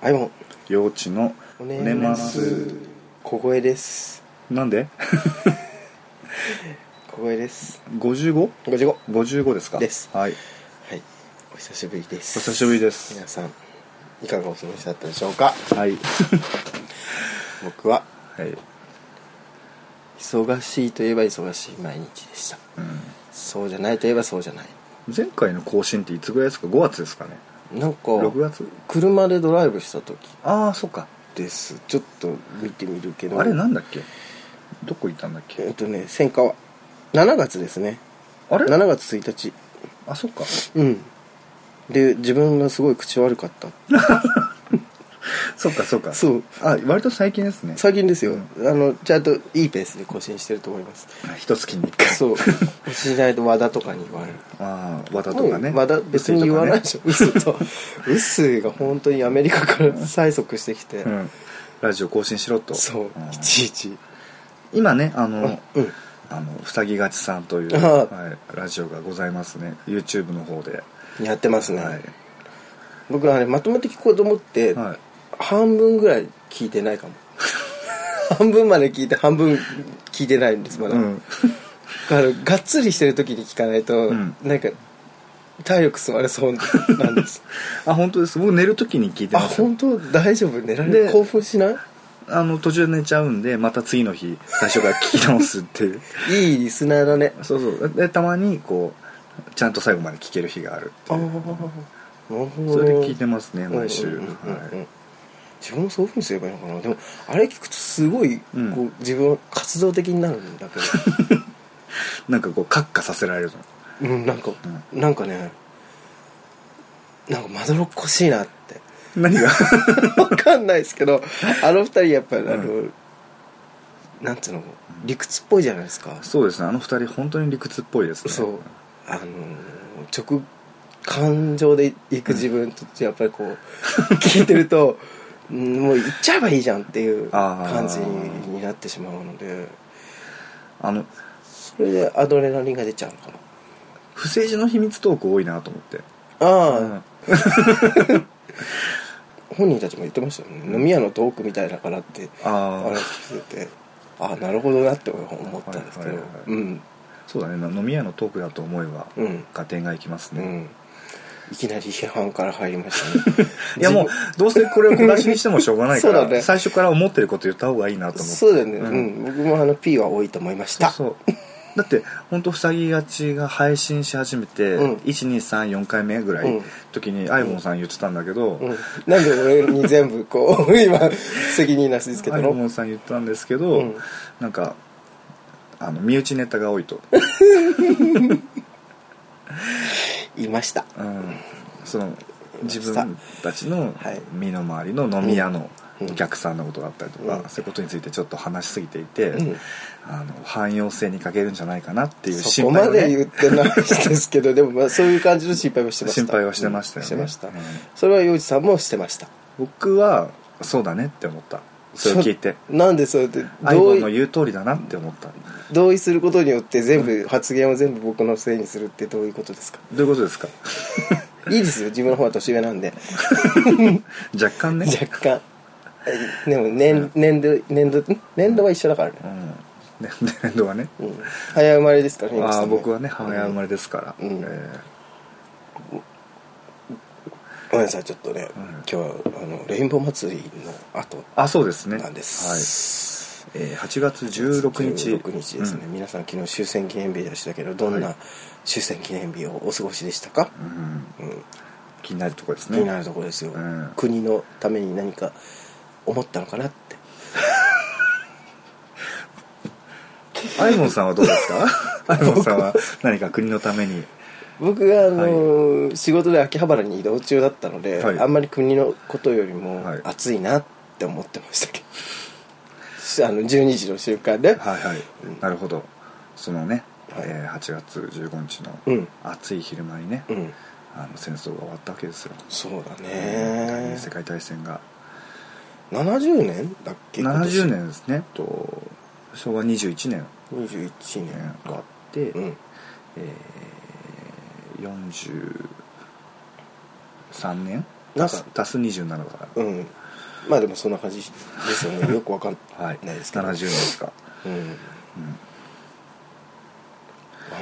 アイモン幼稚のおおねねまますす小声ですなんで小声です 55?55 55 55ですかですはいはいお久しぶりですお久しぶりです皆さんいかがお過ごしだったでしょうかはい、僕ははい忙しいといえば忙しい毎日でしたうそうじゃないといえばそうじゃないん、前回の更新っていつぐらいですか5月ですかねなんか6月車でドライブした時ああそっかですちょっと見てみるけどあれなんだっけどこ行ったんだっえっけとね戦火は7月ですねあれ7月1日あそっかうんで自分がすごい口悪かったそっかそっかそうあ割と最近ですね最近ですよ、あのちゃんといいペースで更新してると思います一月に1回そう うちないと和田とかに言われるああ和田とかね和田別に言わないでしょ、ょウスとウスが本当にアメリカから催促してきて、うん、ラジオ更新しろとそうんいちいち今ねあのうんあのふさぎがちさんという、あーはい、ラジオがございますね YouTube の方で、やってますね、はい僕らあれまとめて聞こうと思って、はい、半分ぐらい聞いてないかも 半分まで聞いて半分聞いてないんですまだ、うんあのがっつりしてる時に聞かないと、うんなんか体力吸われそうなんですあ本当です僕寝る時に聞いてあますよ本当大丈夫寝られるで興奮しないあの途中で寝ちゃうんでまた次の日最初から聞き直すっ ていういいリスナーだねそうそうでたまにこうちゃんと最後まで聞ける日があるってああいなうるほどそれで聞いてますね毎うん週うんうんうんはい自分もそういうふうにすればいいのかなでもあれ聞くとすごいこう、うん自分は活動的になるんだけなんかこうカッカさせられるの どうんなんか、なんかねなんかまどろっこしいなって 何 がわかんないですけどあの二人やっぱりあの、うなんつうの理屈っぽいじゃないですかそうですねあの二人本当に理屈っぽいですねそうあのー直感情で行く自分とやっぱりこう 聞いてるとうんもう行っちゃえばいいじゃんっていうあー感じになってしまうのであのそれでアドレナリンが出ちゃうのかな不正事の秘密トーク多いなと思ってああ、うん 本人たちも言ってましたよね、飲み屋のトークみたいだからってあ話あ聞いててああなるほどなって思ったんですけど、はいはいはいうんそうだね飲み屋のトークだと思えばうん合点がいきますうね、んいきなり批判から入りましたね いやもうどうせこれを小出しにしてもしょうがないか そうら、だね最初から思ってること言った方がいいなと思ってそうだよね、うんん僕もあの P は多いと思いましたそうだって本当ふさぎがちが配信し始めて、うん1234回目ぐらういん時にアイボンさん言ってたんだけど、うんなんで俺に全部こう 今責任なしですけアどイボのンさん言ってたんですけど、うんなんかあの身内ネタが多いと、言いましたうん、その自分たちの身の回りの飲み屋のお客さんのことだったりとか、うんそういうことについてちょっと話しすぎていて、うんあの汎用性に欠けるんじゃないかなっていうそ心こま配をねで言ってないですけどでもまあそういう感じの心配はしてました心配はしてましたうよねんしてましたうんそれは洋一さんもしてました僕はそうだねって思ったそれを聞いてそなんでそれでアイボ同ンの意言う通りだなって思ったど同意することによって全部発言を全部僕のせいにするってどういうことですかういうこと ですかいいですよ自分の方は年上なんで若干ね、若干えでも年年度年度年度は一緒だからねう、ん、ね年度はねうん、早生まれですからね洋一あさあんね僕はね母親生まれですから、うんうんえごめんなさいちょっとね、ん今日はあのレインボー祭りの後ーあそうですねなんです、はいえー8月16日16日ですね、皆さん昨日終戦記念日でしたけどどんな終戦記念日をお過ごしでしたか、うんうんうん気になるとこです気ねになるところですよ、うん国のために何か思ったのかなってアイモンさんはどうで すかアイモンさんは何か国のために僕があの、仕事で秋葉原に移動中だったので、はいあんまり国のことよりもはい暑いなって思ってましたけど、 あの12時の週間で、はいはい、なるほどそのね、はいえー8月15日うのん暑い昼間にね、うんあの戦争が終わったわけですよ、そうだ第二ね次世界大戦が70年だっけ70年ですねと昭和21年21年があかって、うんえー43年なんか足す足す27だかうんまあでもそんな感じですよ ねよくわかんらはいないですけど、 70年ですかうんあん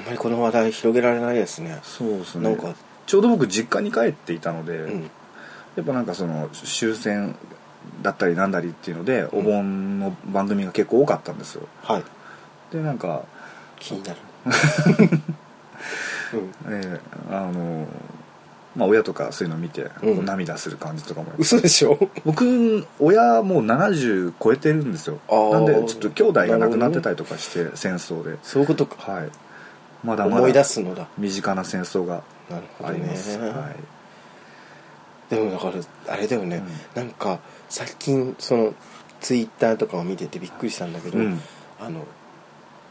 まりこの話題広げられないですねそうですなねんかちょうど僕実家に帰っていたので、うんやっぱなんかその終戦だったりなんだりっていうのでお盆の番組が結構多かったんですよはいでなんか、気にな るうんえーあのまあ親とかそういうの見て、うんこう涙する感じとかも嘘でしょ僕親もう70超えてるんですよあーなんでちょっと兄弟が亡くなってたりとかして、戦争でそういうことかはいまだまだ思い出すのだ身近な戦争がなるほあどりねます、はいでもだからあれだよね、うなんんか最近そのツイッターとかを見ててびっくりしたんだけど、うんあの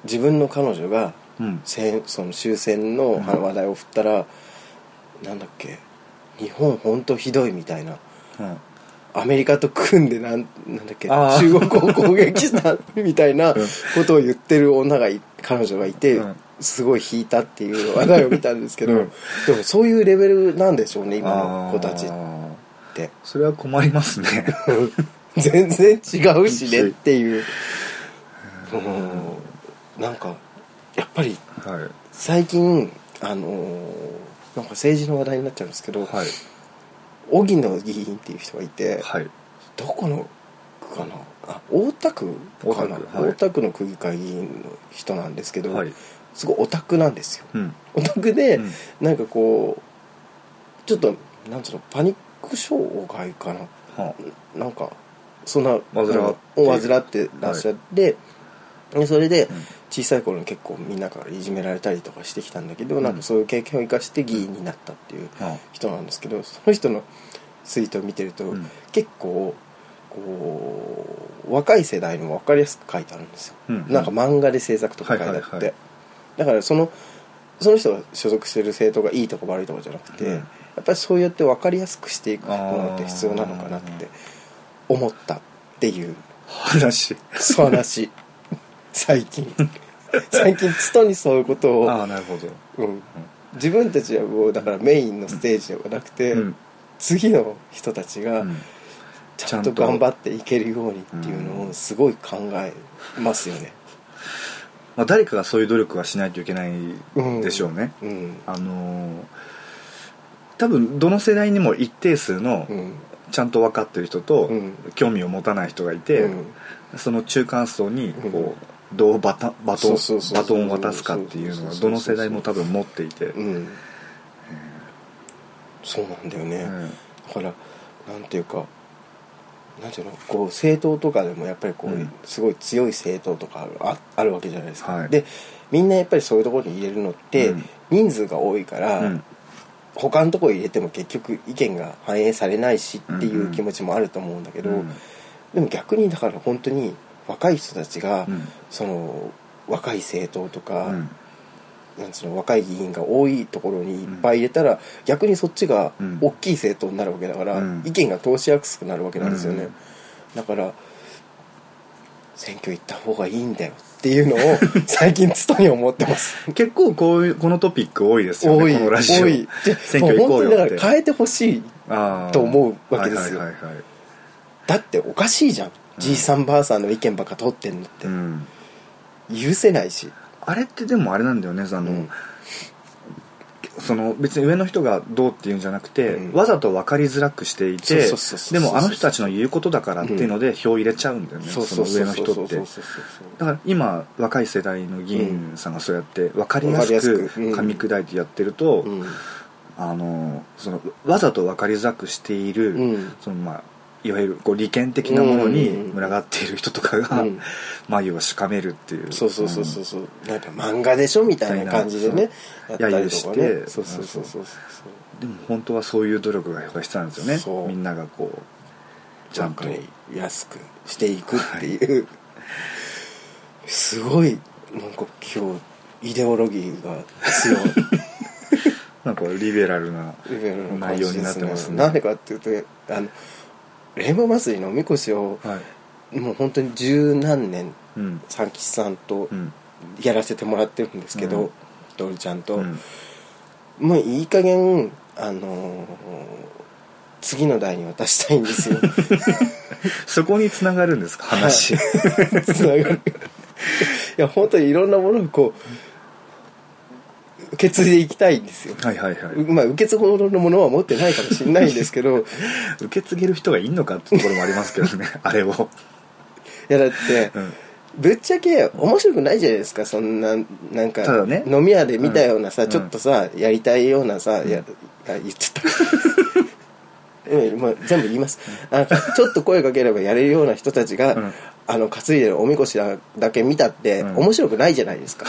自分の彼女がうん戦その終戦のうん話題を振ったら、なんだっけ日本本当ひどいみたいなうんアメリカと組んでなんなんだっけあー中国を攻撃したみたいなことを言ってる女がい彼女がいて、うんすごい引いたっていう話題を見たんですけど、うんでもそういうレベルなんでしょうね今の子たちっあーて。それは困ります ね全然違うしねっていう、うん、なんかやっぱりは最近あのーなんか政治の話題になっちゃうんですけいど、はい荻野議員っていう人がいて、はいどこの区かなあ大田区かな大大田田区区,、はいの区議会議員の人なんですけど、はいすごいオタクなんですようんオタクで、うんなんかこうちょっとなんつうのパニック障害かなはなんかそんな患ってうんを患ってらっしゃって、でそれで小さい頃に結構みんなからいじめられたりとかしてきたんだけど、うんなんかそういう経験を生かして議員になったっていうあは人なんですけどその人のツイートを見てると、うん結構こう若い世代の分かりやすく書いてあるんですよ、うんなんか漫画で制作とか書いてあって、はいはいはいだからそのその人が所属してる政党がいいとか悪いとかじゃなくて、うんやっぱりそうやって分かりやすくしていくものって必要なのかなって思ったっていう話そう 話最近最近つとにそういうことあを、あなるほどうん、自分たちはもうだからメインのステージではなくて、うん次の人たちがうんちゃんと頑張っていけるようにっていうのをすごい考えますよね。まあ誰かがそういう努力はしないといけないでしょうねうん、あのー多分どの世代にも一定数のうん、ちゃんと分かってる人とうん興味を持たない人がいて、うんその中間層にこううどうバタバトそうンそうそうバトンを渡すかっていうのはどの世代も多分持っていて、うん、そうなんだよね。うんだからなんていうか。なんていうのこう政党とかでもやっぱりこう、うんすごい強い政党とかあるああるわけじゃないですか、はいでみんなやっぱりそういうところに入れるのって、うん人数が多いから、うん他のところ入れても結局意見が反映されないしっていう気持ちもあると思うんだけど、うんでも逆にだから本当に若い人たちが、うんその若い政党とか、うんなんつうの若い議員が多いところにいっぱい入れたら、逆にそっちがうん大きい政党になるわけだから、うん意見が通しやすくなるわけなんですよね、うんだから選挙行った方がいいんだよっていうのを 最近つとに思ってます結構こういうこのトピック多いですよ多ねいこのラジオ多いで選挙行こうよもう本当っにてだから変えてほしいあーと思うわけですよはいはいはいはいだっておかしいじゃん、じいさんばあさんの意見ばっか通ってんのって、うん許せないしあれってでもあれなんだよねあの、うんその別に上の人がどうっていうんじゃなくて、うんわざと分かりづらくしていそうてそうそうそうでもあの人たちの言うことだからっていうので票を入れちゃうんだよね、そうそそのうそ上うのそう人そうってそうだそうそうから今若い世代の議員さんがそうやって分かりやすわかりくやすくうん噛み砕いてやってると、うんあのそのわざと分かりづらくしている、うんそのまあいわゆるこう利権的なものにうん群がっている人とかがうん 眉をしかめるっていうそうそうそうそうそうなんか漫画でしょみたいな感じでねやみったいなたりとか揶揄ねしてそうそうそうそうでも本当はそういう努力が必要なんですよそねうみんながこうちちゃゃんんとと安くしていくっていう、すごいなんか今日イデオロギーが 強いなんかリベラルなレベルの感内じ容にでなっすてねますねなんでかっていうとあのレンマ祭りのおみこしをはいもう本当に十何年うん三吉さんとうんやらせてもらってるんですけうんど、ドルちゃんと、うんもういい加減あのー次の代に渡したいんですよそこにつながるんですか話、はい、つながるいや本当にいろんなものをこう受け継いでいきたいんですよはいはいはいうまあ受け継ぐほどのものは持ってないかもしれないんですけどい受け継げる人がいんのかってところもありますけど ねあれをやだって、うんぶっちゃけ面白くないじゃないですかそんななんかただね飲み屋で見たようなさ、うんちょっとさやりたいようなさ、やあ言っちゃった、 うんもう全部言いますなんかちょっと声かければやれるような人たちが、うんあの担いでるおみこしだだけ見たって、うん面白くないじゃないです か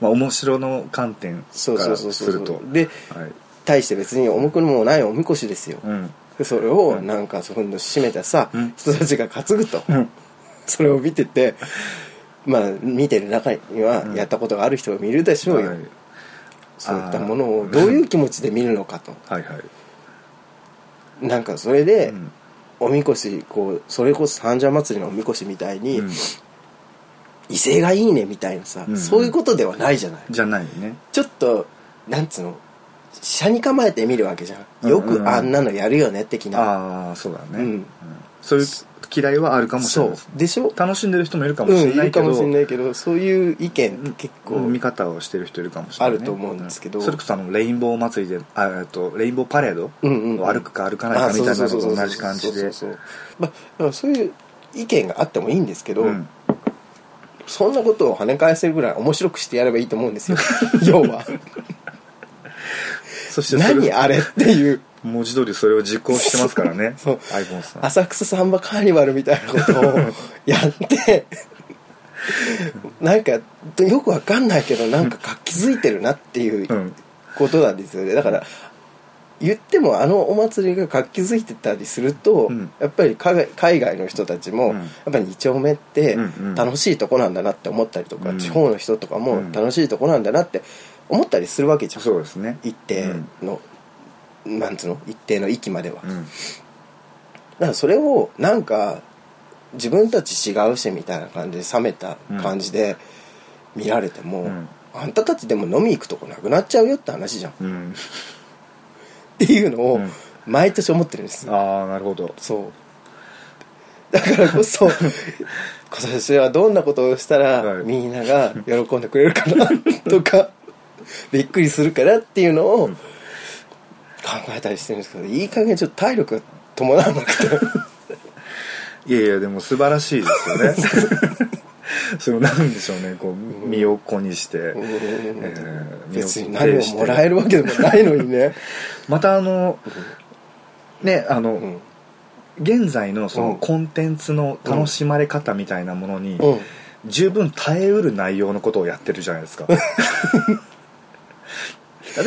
まあ面白の観点かそうそらうそうそすうるとではい対して別に重くもないおみこしですよ、うんそれをなんかそこの締めたさ、うん人たちが担ぐと、うんそれを見ててまあ見てる中にはうんやったことがある人が見るでしょうよ、はいそういったものをどういう気持ちで見るの かとはいはいなんかそれでうんおみこしこうそれこそ三社祭りのおみこしみたいに、うん威勢がいいねみたいなさ、うんそういうことではないじゃないじゃないねちょっとなんつうの車に構えて見るわけじゃんうんうんようんくあんなのやるよね的な、ああそうだねうんうんそういう嫌いはあるかもしれそないうですでしょ楽しんでる人もいるかもしれうん、ないいるけかもしどれないけどそういう意見って結構、見方をしてる人いるかもしれない、あると思うんですけどそれこそあのレインボー祭りであえっとレインボーパレードうんうんうんを歩くか歩かないかみたいなのと同じ感じそうでそうそうそうまあだからそういう意見があってもいいんですけど、うんそんなことを跳ね返せるぐらい面白くしてやればいいと思うんですよ 要はそしてそ何れあれっていう文字通りそれを実行してますからね そうアイボンさん浅草サンバカーニバルみたいなこと をやってなんかよくわかんないけどなんか活気づいてるなっていううんことなんですよねだから言ってもあのお祭りが活気づいてたりすると、うんやっぱり海外海外の人たちも、うんやっぱり2丁目ってうんうん楽しいとこなんだなって思ったりとか、うん地方の人とかうもん楽しいとこなんだなって思ったりするわけじゃん、そうですね一定の、なんつうの一定の域までは、うんだからそれをなんか自分たち違うしみたいな感じで冷めた感じで見られても、うんあんたたちでも飲み行くとこなくなっちゃうよって話じゃんっうんていうのをうん毎年思ってるんです、ああなるほどそうだからこそ今年はどんなことをしたはらいみんなが喜んでくれるかなとかびっくりするからっていうのを考えたりしてるんですけどいい加減ちょっと体力が伴わなくていやいやでも素晴らしい ですよねそのなんでしょうねこう身を粉にして、えー別に何をもらえるわけでもないのにね、またあのねあの、うん現在のそうのんコンテンツの楽しまれ方みたいなものにうん十分耐えうる内容のことをやってるじゃな いですか例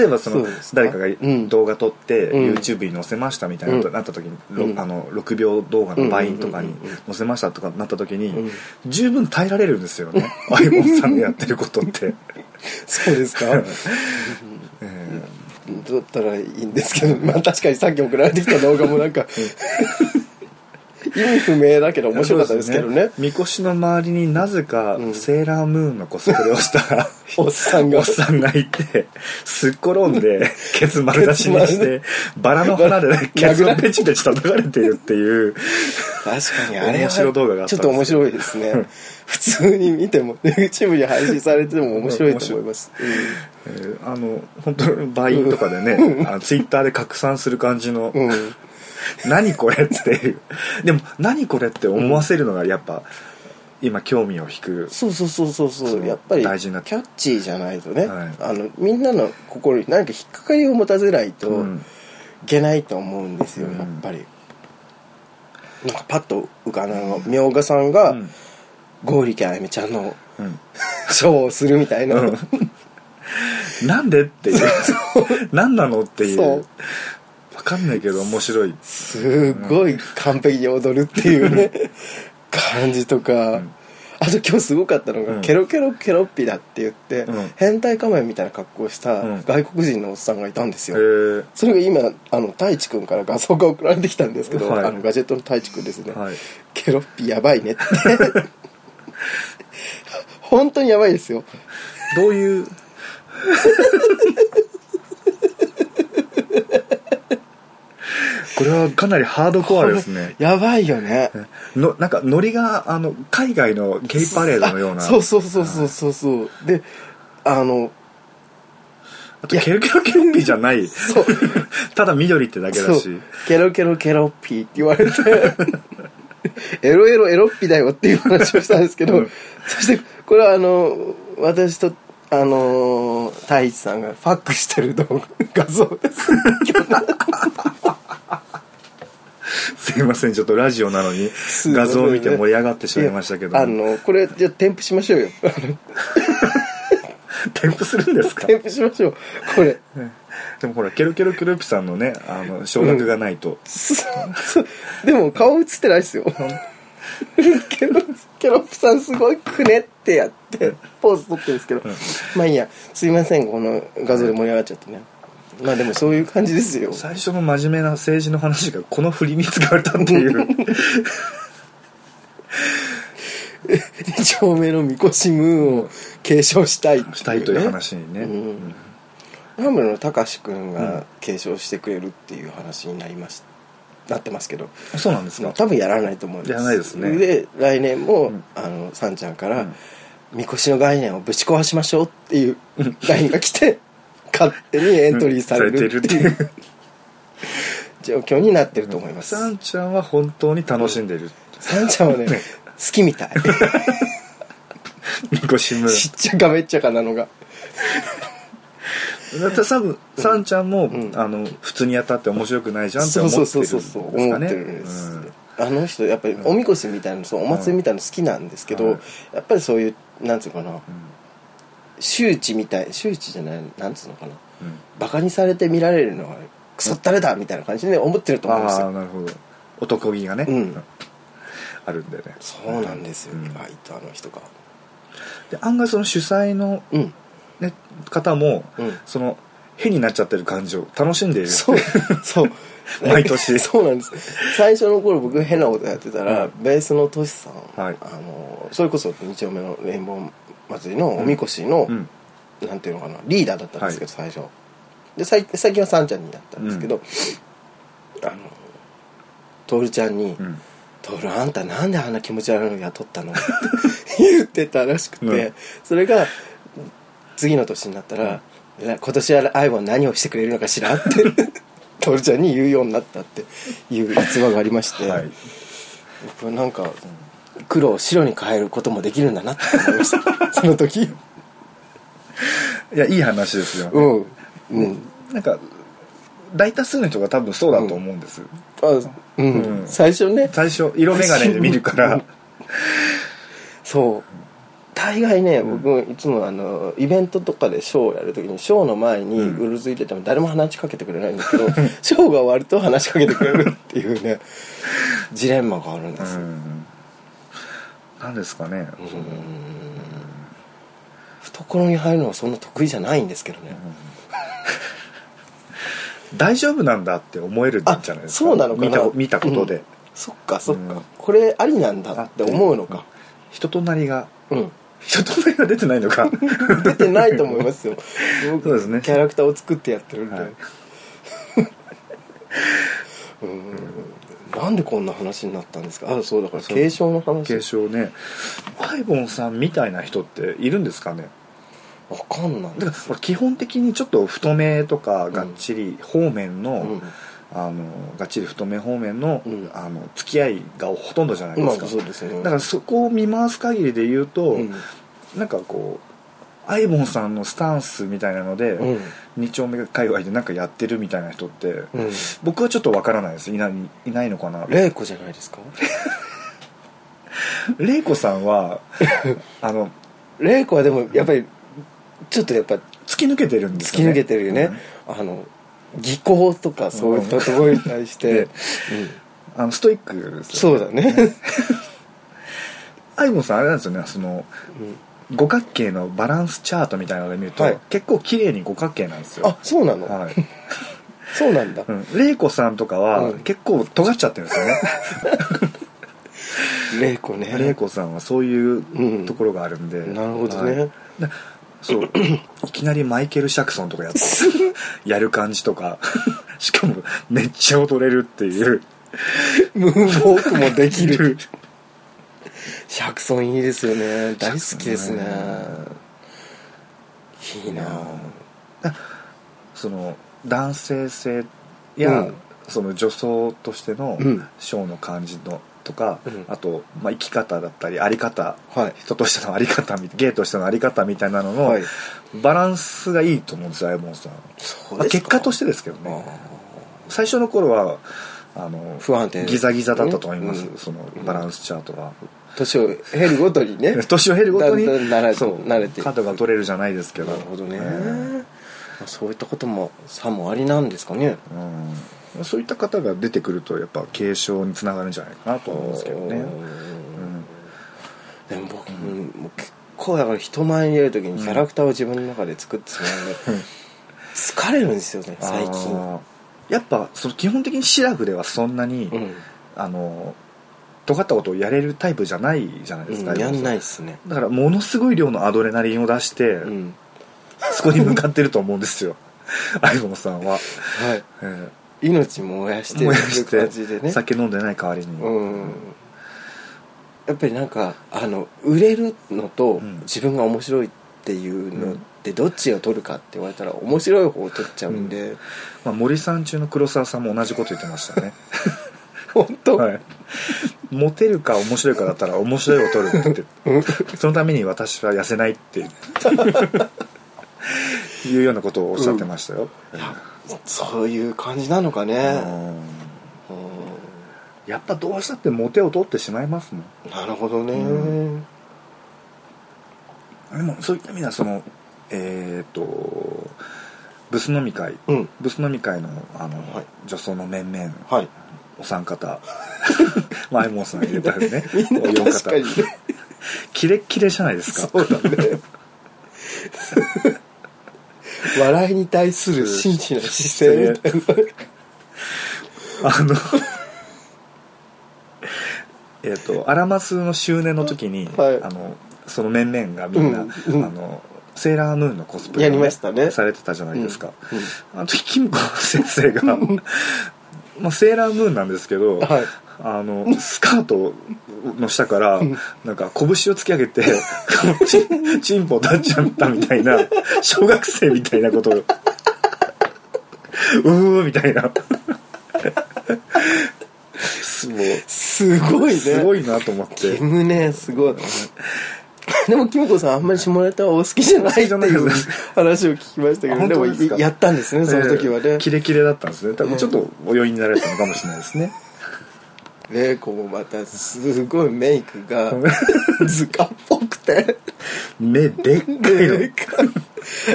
えばそのそうですね誰かうんが動画撮ってうん YouTube に載せましたみたいなことうんになった時に、うんろあの6秒動画のバインとかにうんうんうんうん載せましたとかなった時うにん十分耐えられるんですよ ねアイボンさんのやってることって、そうですかえだったらいいんですけどまあ確かにさっき送られてきた動画もなんか意味不明だけどー面白かったですけどそうねですみこしの周りになぜかうんセーラームーンのコスプレをした おっさんおがっさんがいて、すっ転 んで、ケツ丸出しにして、バラの花でねケツをペチペチ叩かれているっていう、確かにあれは面白動画があったちんょっとですよ面白いですね普通に見ても YouTube に配信されても面白いと思います、えーあの、本当にバインとかでね、あのツイッターで拡散する感じのう、ん、うん何これっていう。でも、何これって思わせるのがやっぱ、今興味を引く。そうそうそうそうそそううやっぱりキ大事なャッチーじゃないとね、はいあのみんなの心に何か引っかかりを持たせないと、うんいけないと思うんですようんやっぱり、なんかパッと浮かんだのが明賀さんがうん剛力あやめちゃんの うんショーをするみたいな、なんでっていう。何なのっていそうう。わかんないけど面白い。すごい完璧に踊るっていうね、感じとか、んあと今日すごかったのが、うんケロケロケロッピだって言って、うん変態仮面みたいな格好をしたうん外国人のおっさんがいたんですえよ、ーそれが今あの太一君から画像が送られてきたんですけど、はいあのガジェットの太一君ですね、はい。ケロッピやばいねって 本当にやばいですよどういうこれはかなりハードコアですねやばいよねのなんかノリがあの海外のゲイパレードのようなそうそうそうそうそうそうであのあとケロケロケロッピーじゃないそう ただ緑ってだけだそしうケロケロケロッピーって言われて エロエロエロッピーだよっていう話をしたんですけど、うんそしてこれはあの私とあの太一さんがファックしてる動画画像です すいませんちょっとラジオなのに画像を見て盛り上がってしまいましたけどあのこれじゃあ添付しましょうよ添付するんですか添付しましょうこれでもほらケロケロケロッピーさんのねあの少額がないと、すす でも顔映ってないですよケロケロップさんすごいくねってやってポーズ取ってるんですけど、まあいいやすいませんこの画像で盛り上がっちゃってねまあでもそういう感じですよ最初の真面目な政治の話がこの振りに使われたっていう二丁目のみこしムーンを継承したいってねしたいという話にね、うんハムのたかし君が継承してくれるっていう話になりましなってますけど そうなんですか多分やらないと思うんですやらないですねで来年も、んあのさんちゃんから、んみこしの概念をぶち壊しましょうっていう LINE が来 て勝手にエントリーされるっていう、う状況になってると思います、さんちゃんは本当に楽しんでる、さんちゃんはね好きみたいみこしむしっちゃかめっちゃかなのがだって多分さんちゃんも、んあの普通にやったって面白くないじゃんってそ思うってそるんうですかそうそうそうね思ってるんです、あの人やっぱりおみこしみたいなそうお祭りみたいなの好きなんですけど、はいやっぱりそういうなんつうのかな、周知みたい周知じゃないなんつうのかなうんうんバカにされて見られるのはクソったれだみたいな感じで思ってると思うんですああよなるほど男気がね、うんあるんだよねそうなんですよ、うん意外とあの人がで案外その主催の、うんね、方も、うんその変になっちゃってる感じを楽しんでいる そうそう毎年そうなんです最初の頃僕変なことやってたら、ベースのトシさん、はいあのそれこそ二丁目のレインボー祭りのおみこしの、うんなんていうのかなリーダーだったんですけど、最初で最最近はさんちゃんになったんですけど、あの徹ちゃんにうん「徹、あんたなんであんな気持ち悪いの雇ったの?」って 言ってたらしくて、うんそれが次の年になったら「いや今年は愛は何をしてくれるのかしら」って 徹ちゃんに言うようになったっていう逸話がありまして、はい僕はなんか黒を白に変えることもできるんだなって思いました その時いやいい話ですよ、 うんうんなんか大多数の人が多分そうだと思うんです、あうん、うん最初ね最初色眼鏡で見るからそう大概ね、僕いつもあのイベントとかでショーをやるときにショーの前にうるついてても誰も話しかけてくれないんですけど、ショーが終わると話しかけてくれるっていう ねジレンマがあるんでうすよ、んなんですかね、その懐に入るのはそんな得意じゃないんですけどね、大丈夫なんだって思えるんじゃあないですかそうなのかな見た見たことで、うんそっかそっか、うんこれありなんだって思うのか人となりがうん人となりが出てないの か出てないと思いますよ僕 そうですねキャラクターを作ってやってるんで、はい うんなんでこんな話になったんですかあそうだから継承の話継承ねアイボンさんみたいな人っているんですかねわかんないだからほら基本的にちょっと太めとかがっちり方面の、うんあのがっちり太め方面の,、うんあの付き合いがほとんどじゃないで今すか、もそうですよねだからそこを見回す限りで言うと、うんなんかこうアイボンさんのスタンスみたいなので、うん二丁目界隈でなんかやってるみたいな人って、うん僕はちょっとわからないですいないいないのかな玲子じゃないですか玲子さんは あの玲子はでもやっぱりちょっとやっぱ突き抜けてるんです突よきね抜けてるよね、あの技巧とかそういったところに対して、うんあのストイックですよねそうだね、アイボンさんあれなんですよねそのうん五角形のバランスチャートみたいなので見ると、はい結構綺麗に五角形なんです よあそうなの、はいそうなんだ、うん玲子さんとかはうん結構尖っちゃってるんで すよね玲子ね玲子さんはそういうところがあるんで、なるほどね、はいで そういきなりマイケル・シャクソンとかやっやる感じとか しかもめっちゃ踊れるっていう ムーンウォークもでき る釈尊いいですよね大好きですねいいなその男性性や、うんその女装としてのうんショーの感じのとか、うんあと、まあ、生き方だったりあり方はい人としてのあり方みゲイとしてのあり方みたいなのの、はいバランスがいいと思うんですよアイボンさん、そうまあ、結果としててですけどね最初の頃はあの不安定ギザギザだったと思います、うんそのバランスチャートが、年を経る ごとにね 年を経るごとにだんだん慣れそう慣れていく角が取れるじゃないですけどなるほどね、えーまあそういったことも差もありなんですかねうん、そういった方が出てくるとやっぱ継承につながるんじゃないかなと思うんですけどね、うんでも僕、もう結構だから人前に出る時にキャラクターを自分の中で作ってしまうので、疲れるんですよね最近あーやっぱその基本的にシラフではそんなに、うん、あの尖ったことをやれるタイプじゃないじゃないですか、うんやんないいっすねだからものすごい量のアドレナリンを出して、うんそこに向かってると思うんですよ アイボンさんは、はいえー命燃やして燃やしてる感じでね酒飲んでない代わりに、うんやっぱりなんかあの売れるのとん自分が面白いっていうのってどっちを取るかって言われたら面白い方を取っちゃうんで、まあ、森さん中の黒沢さんも同じこと言ってましたね本当、はい、モテるか面白いかだったら面白いを取るって言ってそのために私は痩せないって言って いうようなことをおっしゃってましたよ、いやそういう感じなのかね、うんうやっぱどうしたってモテを取ってしまいますもんんなるほどね、うでもそういった意味ではそのえっ、とブス飲み会、うんブス飲み会のあの、はい女装の面々はいお三方 マイモンさん入れたよねみんおな四確かにねキレッキレじゃないですかそうだね 笑いに対する真摯な姿勢みたいなあのえっとアラマスの周年の時に、はいあのその面々がみんな、うんうんあのセーラームーンのコスプレをね、やりましたねされてたじゃないですか、うんうんあの時キムコ先 生が、まあ、セーラームーンなんですけど、はいあのスカートの下からなんか拳を突き上げて チンチンポ立っちゃったみたいな小学生みたいなことをうーみたいなすもうすごいねすごいなと思っキてムねすごいでもキムコさんあんまり下ネタはお好きじゃないってい好きじゃないう話を聞きましたけあど本で当もですかやったんですねその時はえねえキレキレだったんですね多分ちょっとお酔いになられたのかもしれないですね玲子もまたすごいメイクが 図鑑っぽくて目でっかいでのかい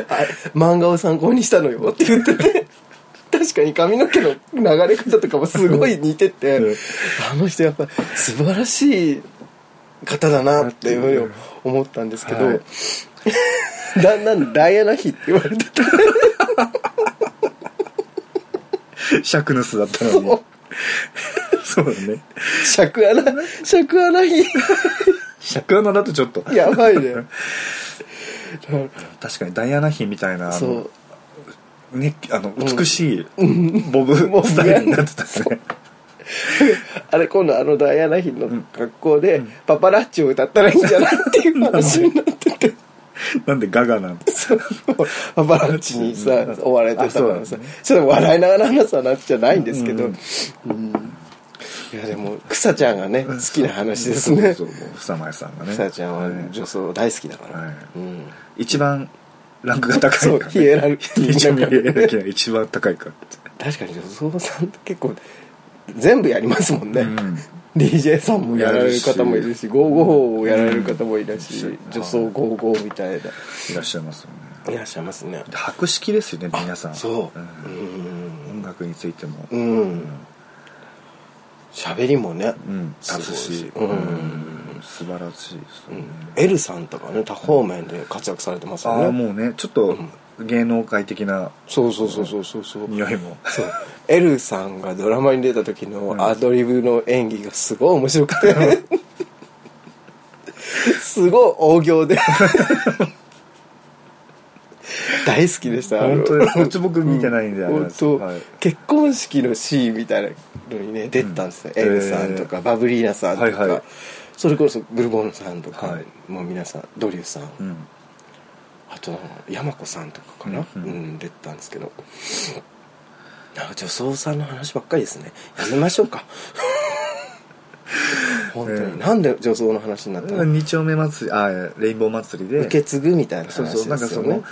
あ漫画を参考にしたのよって言ってて確かに髪の毛の流れ方とかもすごい似ててうんあの人やっぱ素晴らしい方だなっていうふうに思ったんですけど、はいだんだんダイアナ妃って言われててシャクヌスだったのに そうだね尺穴尺穴妃シャクアナだとちょっとやばいね確かにダイアナ妃みたいなあのそうね、あの美しいボブスタイルになってたね、 あれ今度あのダイアナ妃の格好でパパラッチを歌ったらいいんじゃないっていう話になっててなんでガガなんてそう パパラッチにさうん追われてたからあそさ、うだねちょっと笑いながら話す話じゃないんですけど、ううんんいやでも草ちゃんがね好きな話ですねそうそうそう房前さんがね草ちゃんは女装大好きだから、はいうん、一番ランクが高いから、ね、そうヒエラルキー一番ヒの中でエラルキーが一番高いからって確かに女装さんって結構全部やりますもんね、うん DJ さんもやられる方もいるし55をやられる方もいるし、うん女装55みたいないらっしゃいますよねらっしゃいますねで博識ですよね皆さんそう、うんん音楽についてもう、ん喋りもね、うん、立つすし、ごいしうんうん素晴らしいですよね、 L さんとかね多方面で活躍されてますああよねもうねちょっと芸能界的なそうそうそうそうそうそう匂いもそう L さんがドラマに出た時のアドリブの演技がすごい面白 くてすごい大行で大好きでしたあの本当ですこっち僕見てないんであれなん本です当はい結婚式のシーンみたいなのにね出てたんですね、うんエルさんとか、バブリーナさんとか、はいはいそれこそブルボンヌさんとか、はいもう皆さんドリューさん、うんあと山子さんとかかな、ううんんうん出てたんですけどなんか女装さんの話ばっかりですねやめましょう か本当に、ええなんで女装の話になったの、二丁目祭りあレインボー祭りで受け継ぐみたいな話そうですよねそうなんかその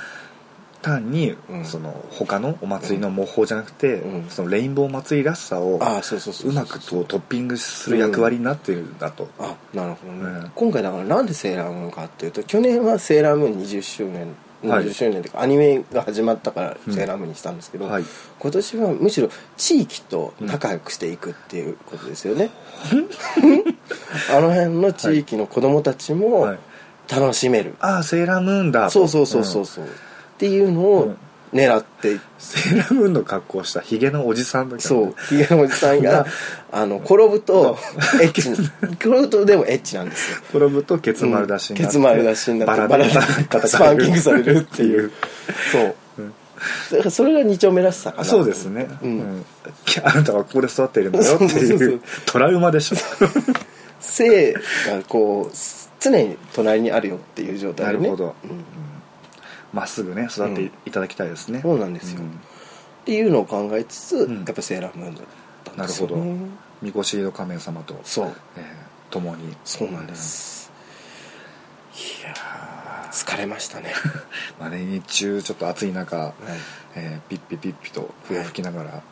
単に、うんその他のお祭りの模倣じゃなくて、うんそのレインボー祭りらしさをああそうそうそううまくこうトッピングする役割になってるんだと、あなるほどね、うん今回だからなんでセーラームーンかっていうと去年はセーラームーン20周年はい20周年というか、アニメが始まったからうんセーラームーンにしたんですけど、はい今年はむしろ地域と仲良くしていくっていうことですよね、 あの辺の地域の子供たちもはい楽しめる、ああセーラームーンだとそうそうそうそうそう、っていうのうをん狙っていってんセーラームーンの格好をしたヒゲのおじさんみたいなそうひげのおじさん があの転ぶとエッチに転ぶとでもエッチなんですよ転ぶとケツ丸出しになケって、ツ丸出しになってバラででスパンキングされるっていうそう、だからそれが二丁目らしさかなそうですね、うんうんきあなたはここで育っているんだよってそうそういそううトラウマでしょ性がこう常に隣にあるよっていう状態で、ね、なるほどうんまっすぐね育っていただきたいですね、そうなんですよ、うっていうのを考えつつ、んやっぱセーラームーンだったんなでるすほよ、ね、どみこしの仮面様と、そうえー共にそうなんです、いやー疲れましたね、まあね、日中ちょっと暑い中、はいえーピッピピッピと笛を吹きながら、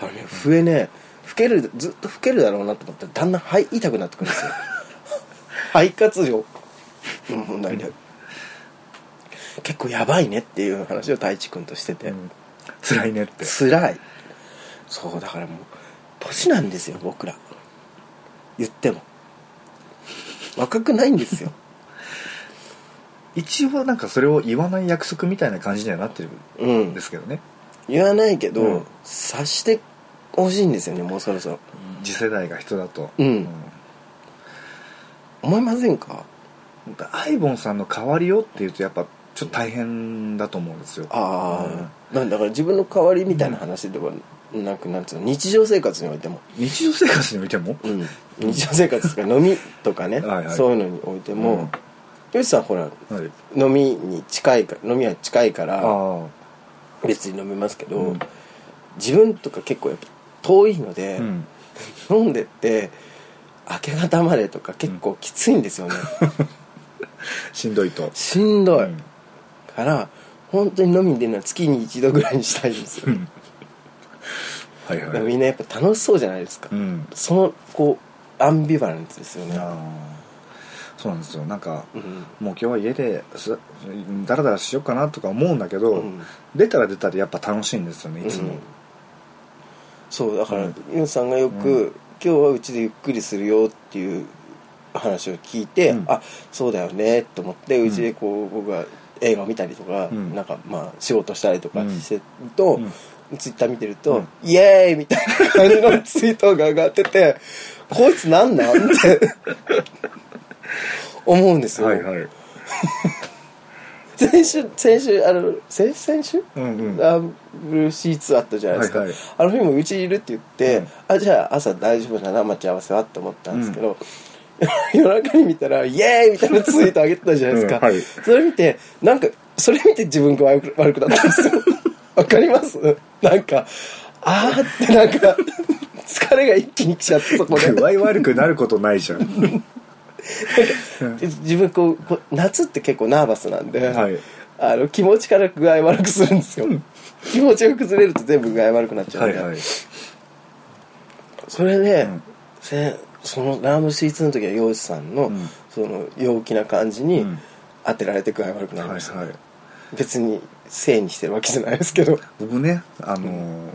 あのね笛ね吹けるずっと吹けるだろうなと思ったらだんだん肺痛くなってくるん ですよ肺活量の問題で結構やばいねっていう話を太一君としてて、うん辛いねって辛いそうだからもう年なんですよ僕ら言っても若くないんです よ一応なんかそれを言わない約束みたいな感じにはなってうるんんですけどね、言わないけど、うん察してほしいんですよねもうそろそろ次世代が人だと、うん思いませんかうんアイボンさんの代わりをっていうとやっぱちょっと大変だと思うんですよああ、なんだから自分の代わりみたいな話ではなくなんつうの日常生活においても、うん日常生活においても、うん、日常生活とか飲みとかねはいはいそういうのにおいても、吉さんほらうんはい飲みに近いから飲みは近いからあ別に飲みますけど、うん自分とか結構やっぱ遠いので、あうん飲んでって明け方までとか結構きついんですよね、しんどいとしんどい、うんから本当に飲みに出るのは月に一度ぐらいにしたいんですよ、うんはいだからはいみんなやっぱ楽しそうじゃないですか、うんそのこうアンビバレンスですよねあーそうなんですよなんか、うんもう今日は家ですだらだらしようかなとか思うんだけど、うん出たら出たでやっぱ楽しいんですよねいつも、うんそうだからうんユン、さんがよく、うん今日はうちでゆっくりするよ」っていう話を聞いて、うんあそうだよねと思ってんうちでこう僕が映画を見たりとか、うんなんかまあ仕事したりとかしてると、うんツイッター見てると、イエーイみたいな感じのツイートが上がってて、こいつなんなん って思うんですよ。はいはい先週先週あの先先週、うんうん WC2 あったじゃないですか、はいはいあの日もうちいるって言って、うんあじゃあ朝大丈夫だな待ち合わせはって思ったんですけど、 夜中に見たら「イエーイ!」みたいなツイート上げてたじゃないですか、うんはいそれ見てなんかそれ見て自分が悪く悪くなったんですよ わかりますなんかあーってなんか疲れが一気に来ちゃってそこで具合悪くなることないじゃん 自分こうこう夏って結構ナーバスなんで、はいあの気持ちから具合悪くするんですよ、気持ちが崩れると全部具合悪くなっちゃうはんいで、はいそれで、んせそのラームシーツの時は洋一さんの,、んその陽気な感じにうん当てられて具合悪くなりはいました、はい別に性にしてるわけじゃないですけ ど僕ねあのー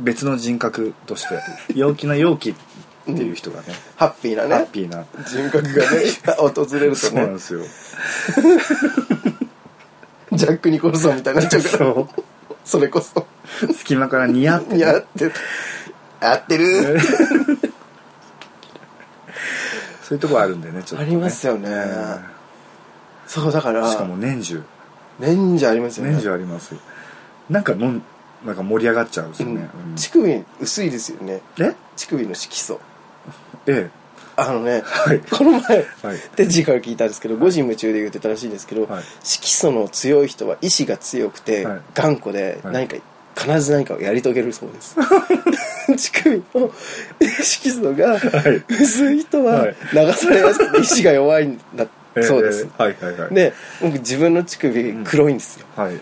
別の人格として陽気な陽気っていう人がね、ハッピーなねハッピーな人格がね 訪れるそとうなんねですよジャック・ニコルソンみたいになっちゃうからそそれこそう隙間からニヤって似合ってる合ってるそういうとこあるんでねちょっと、ね、ありますよねえーそうだからしかも年中レンジありますよね年中ありますよなんかのんなんか盛り上がっちゃうんですよね、ううんん乳首薄いですよねえ乳首の色素えあのね、はいこの前えはいテッジーから聞いたんですけど5時夢中で言ってたらしいんですけど、はい色素の強い人は意志が強くてはい頑固ではい何か、必ず何かをやり遂げるそうです 乳首の色素がい薄い人ははい流されやすくて意志が弱いんだええそうです、 ええはいはいはいで僕自分の乳首黒いんですよ、はい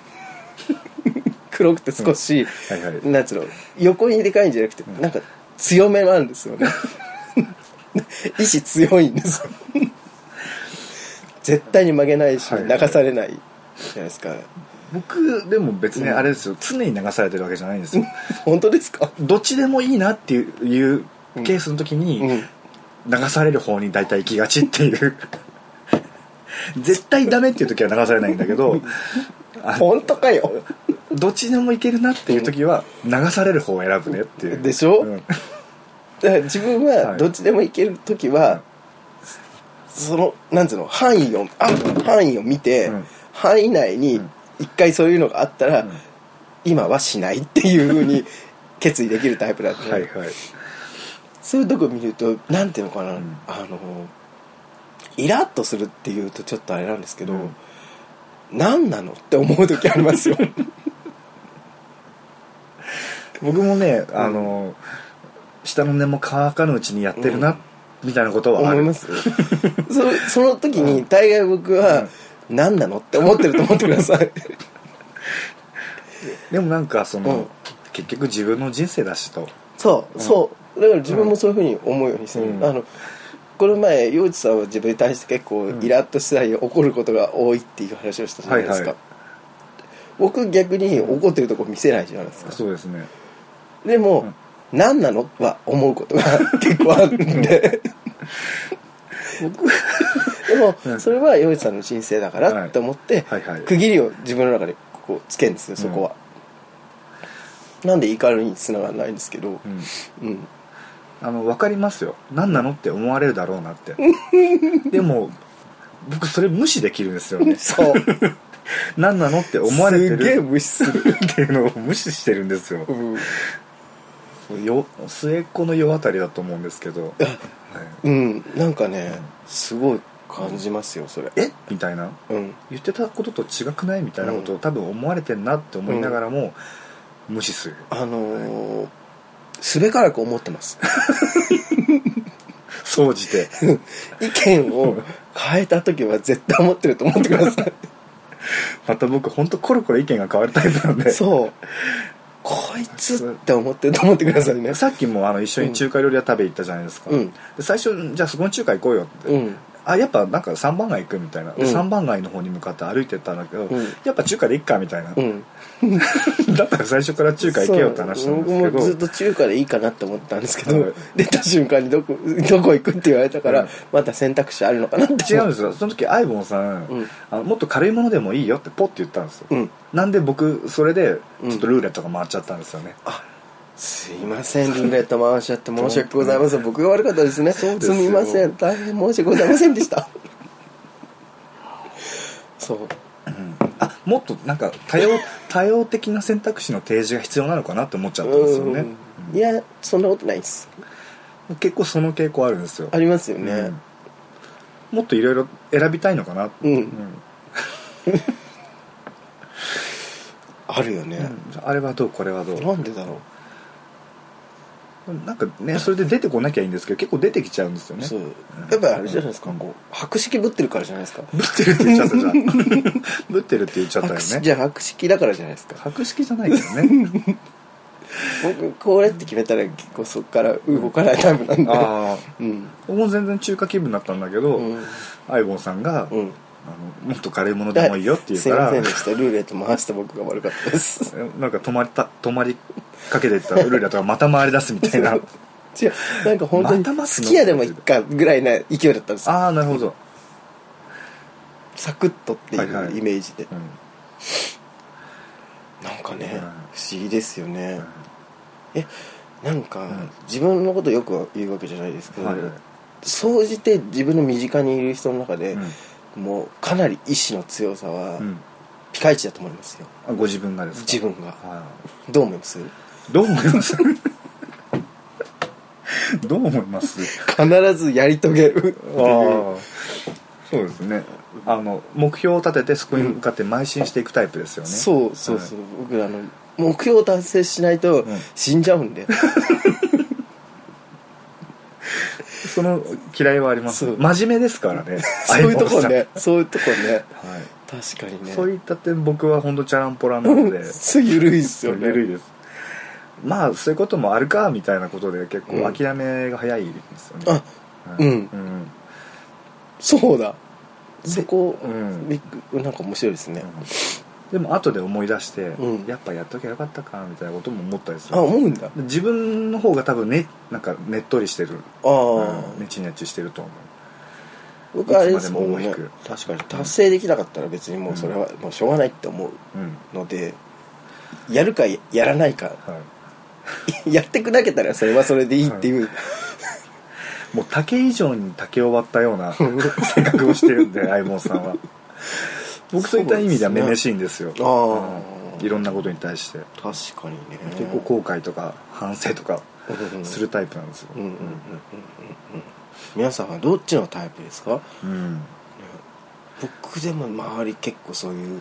黒くて少し、はいはいなんつうの横にでかいんじゃなくて、なんか強めなんですよね 意志強いんですよ 絶対に曲げないし、はいはい流されないじゃないですか僕でも別にあれですよ、常に流されてるわけじゃないんですよ 本当ですかどっちでもいいなっていういうケースの時に、うん流される方に大体行きがちっていう 絶対ダメっていう時は流されないんだけどあ本当かよどっちでもいけるなっていう時は流される方を選ぶねっていうでしょうんだから自分ははいどっちでもいける時は、そのなんつうの範囲をあ範囲を見て、うん範囲内に一回そういうのがあったら、ん今はしないっていうふうに決意できるタイプだった、はいはいそういうとこ見るとなんていうのかな、うんあのイラッとするっていうとちょっとあれなんですけど、うん何なのって思う時あります よ僕もねあの、下の根も乾かぬうちにやってるな、みたいなことはあ思るいます そのその時に大概僕は何なのって思ってると思ってくださ いでもなんかその、うん結局自分の人生だしとそうそうだから自分もそういうふうに思うようにしてる、うんあのこの前陽一さんは自分に対して結構イラッとしたり怒ることが多いっていう話をしたじゃないですか、はいはい僕逆に怒ってるとこ見せないじゃないですかそうですねでも、何なのは思うこと が結構あるんででうもんそれは洋一さんの人生だかはらいって思って、はいはい区切りを自分の中でここつけるんですよそこは、なんで怒りにつながらないんですけどうんうんあの分かりますよ何なのって思われるだろうなって でも僕それ無視できるんですよねそう何なのって 思われてすげえる無視する、っていうのを無視してるんですようんよ末っ子の世あたりだと思うんですけど、はいうん、なんかねすごい感じますよそれえみたいなうん言ってたことと違くないみたいなことを多分思われてんなって思いながらも無視するあのーすべからく思ってます総じ て意見を変えた時は絶対思ってると思ってください また僕本当コロコロ意見が変わるタイプなんでそうこいつって思ってると思ってくださいねさっきもあの一緒に中華料理屋食べ行ったじゃないですか、うんで最初じゃあそこの中華行こうよって、うんあやっぱなんか3番街行くみたいな、でうん3番街の方に向かって歩いてったんだけど、うんやっぱ中華で行っかみたいな、うん だったら最初から中華行けよって話なんですそうけ僕もずっどと中華でいいかなって思ったんですけど、はい出た瞬間にどこ どこ行くって言われたから、うんまた選択肢あるのかなって 違うんですよその時アイボンさん、うんあのもっと軽いものでもいいよってポッて言ったんですよ、うんなんで僕それでうんちょっとルーレットが回っちゃったんですよね、すいませんルーレット回しちゃって申し訳ございません僕が悪かったですねそうですすよみません大変申し訳ございませんでしたそうあもっとなんか 多様多様的な選択肢の提示が必要なのかなって思っちゃったんですよね、うんいやそんなことないです結構その傾向あるんですよありますよね、うんもっといろいろ選びたいのかな、うんうんあるよね、あれはどうこれはどうなんでだろなんかねそれで出てこなきゃいいんですけど結構出てきちゃうんですよう、ねそうぶっやっぱりあれじゃないですか、こう白色ぶってるからじゃないですか、てるって言っちゃったじゃ んぶってるって言っちゃったよ白色ねじゃあ白色だからじゃないですか白色じゃないけどね僕これって決めたら結構そっから動かないタイプなんで ああうん僕も全然中華気分だったんだけど、うんアイボンさんが、うんあの「もっと軽いものでもいいよ」って言うすいかませんらでしたルーレット回した僕が悪かったですなんか止まった止まりかけてったルーレットがまた回り出すみ たいな違うなんか本当にまた待つ好のきやでもいっかぐらいな勢いだったんですああなるほど、サクッとっていはいはういイメージで、うんなんかね、うん不思議ですよね、んえなんか、ん自分のことよくは言うわけじゃないですけど、はいはい総じて自分の身近にいる人の中で、うんもうかなり意志の強さはうん、ピカイチだと思いますよあご自分がですか自分がはどう思いますいどう思いますどう思います必ずやり遂げるってあいうーそうですねあの目標を立ててそこに向かって邁進していくタイプですよね、そうそうそう、僕あの目標を達成しないとうん死んじゃうんで、その嫌いはありますそう真面目ですから ねそういうとこ相棒さんねそういうとこねはい確かにねそういった点僕は本当チャランポランなのですぐ緩いっすよね緩いですまあそういうこともあるかみたいなことで結構諦めが早いですよね、あうんうんそうだそこ、うんびっくなんか面白いですね、でも後で思い出して、うんやっぱやっときゃよかったかみたいなことも思ったりすある思うんだ自分の方が多分ねなんかねっとりしてるあうあ、んねちねちしてると思う僕あれですいつもまでんも大ねきく確かに達成できなかったら別にもうそれはもうしょうがないって思ううんのでやるかやらないか はやってくなけたらそれはそれでいいっていう、い、もう竹以上に竹を割ったよう な性格をしてるんで相棒さんは僕そういった意味ではめめしいんですよああうんいろんなことに対して確かにね結構後悔とか反省とかうんするタイプなんですようんうんうんうんうんうん皆さんはどっちのタイプですかうんうん僕でも周り結構そういう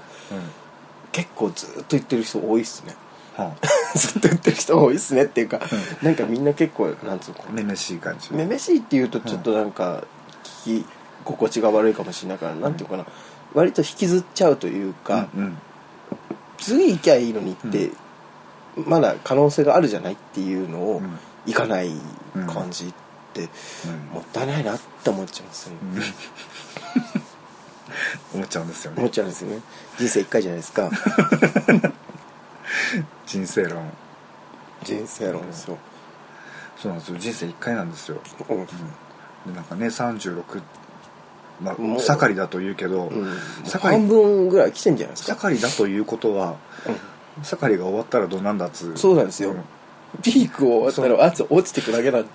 結構ずっと言ってる人多いっすね はずっと言ってる人多いっすねっていうか、なんかみんな結構なんつうのあめめしい感じめめしいっていうとちょっとなんか聞き心地が悪いかもしれないから、なんていうのかな割と引きずっちゃうというか、うんうん次行きゃいいのにって、まだ可能性があるじゃないっていうのを、うん行かない感じって、もったいないなって思っちゃうんですよね、うん思っちゃうんですよ思っねちゃうんですよね人生一回じゃないです か人生論人生論ですよ、そうなんですよ人生1回なんですようんうんでなんかね36まあもう盛りだというけど盛半り分ぐらい来てんじゃないですか、盛りだということは盛りが終わったらどうなんだっつうそうなんですよんピークを終わったらあと落ちてくだけなんで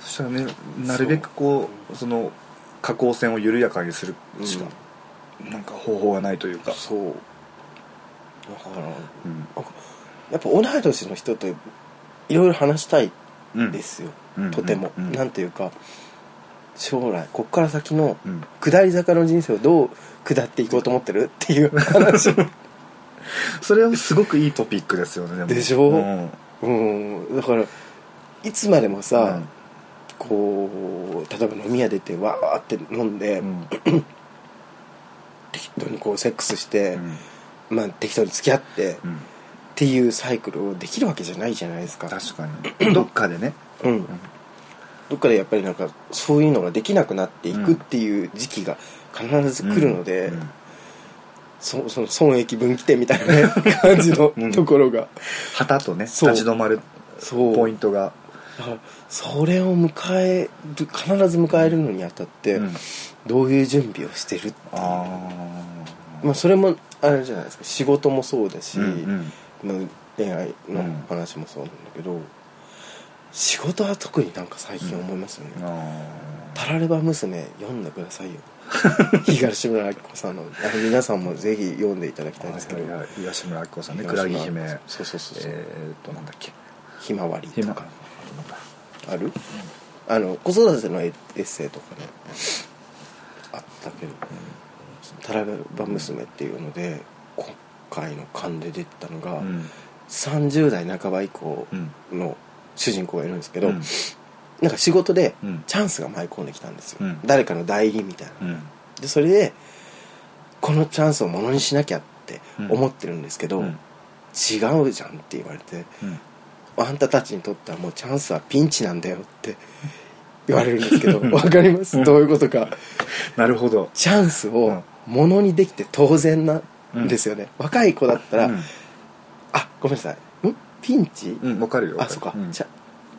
そしたらねなるべくこうその下降線を緩やかにするしか、なんか方法がないというか、そうだからうんやっぱ同い年の人といろいろ話したいうん、ですよ、うんとても、うんなんていうか将来こっから先のうん下り坂の人生をどう下っていこうと思ってるっていう 話それはすごくいいトピックですよねもでしょうんうんだからいつまでもさ、うんこう例えば飲み屋出てわーって飲んで、うん適当にこうセックスして、うんまあ、適当に付き合って、うっんていうサイクルをできるわけじゃないじゃないですか確かにどっかでねうん、どっかでやっぱりなんかそういうのができなくなっていくっていう時期が必ず来るので、うんそその損益分岐点みたいなね感じのうんところが、旗とねそう立ち止まるそうポイントがだからそれを迎える必ず迎えるのにあたって、うんどういう準備をしてるっていうあまあ、それもあれじゃないですか仕事もそうだあし、うんまあ恋愛の話もそうなんだけど、仕事は特になんか最近思いますよね、うんあタラレバ娘読んでくだ さいよ東村明子さんのあの皆さんもぜひ読んでいただきたいんですけどあ東村明子さんね東村倉木明子姫そうそうそうそう、えーっとなんだっけひまわりひとまかあるあの子育てのエッセイとかねあったけど「タラレバ娘」っていうので今回の勘で出てたのが、うん30代半ば以降の主人公がいるんですけど、うんなんか仕事でうんチャンスが舞い込んできたんですよ、うん誰かの代理みたいな、うんでそれでこのチャンスをものにしなきゃって思ってるんですけど、うん違うじゃんって言われて、うんあんたたちにとってはもうチャンスはピンチなんだよって言われるんですけどわかりますどういうことかなるほどチャンスうをんものにできて当然なんですよね、若い子だったら、うんあごめんなさいんピンチ、うんわかるよあそうか、んちチゃ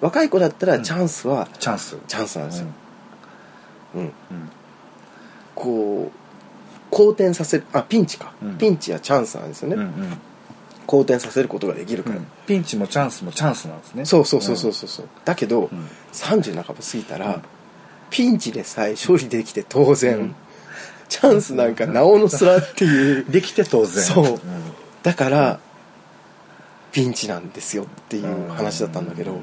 若い子だったらチャンスはャンスチャンスなんですよ、うんうんこう好転させるあピンチか、うんピンチはチャンスなんですよね、うんうん好転させることができるうから、んピンチもチャンスもチャンスなんですねそうそうそうそうそうそうだけど、ん30半ば過ぎたら、うんピンチでさえ処理できて当然、うんチチャンスなんかなおのすらって いうできて当然そうんだからピンチなんですよっていう話だったんだけど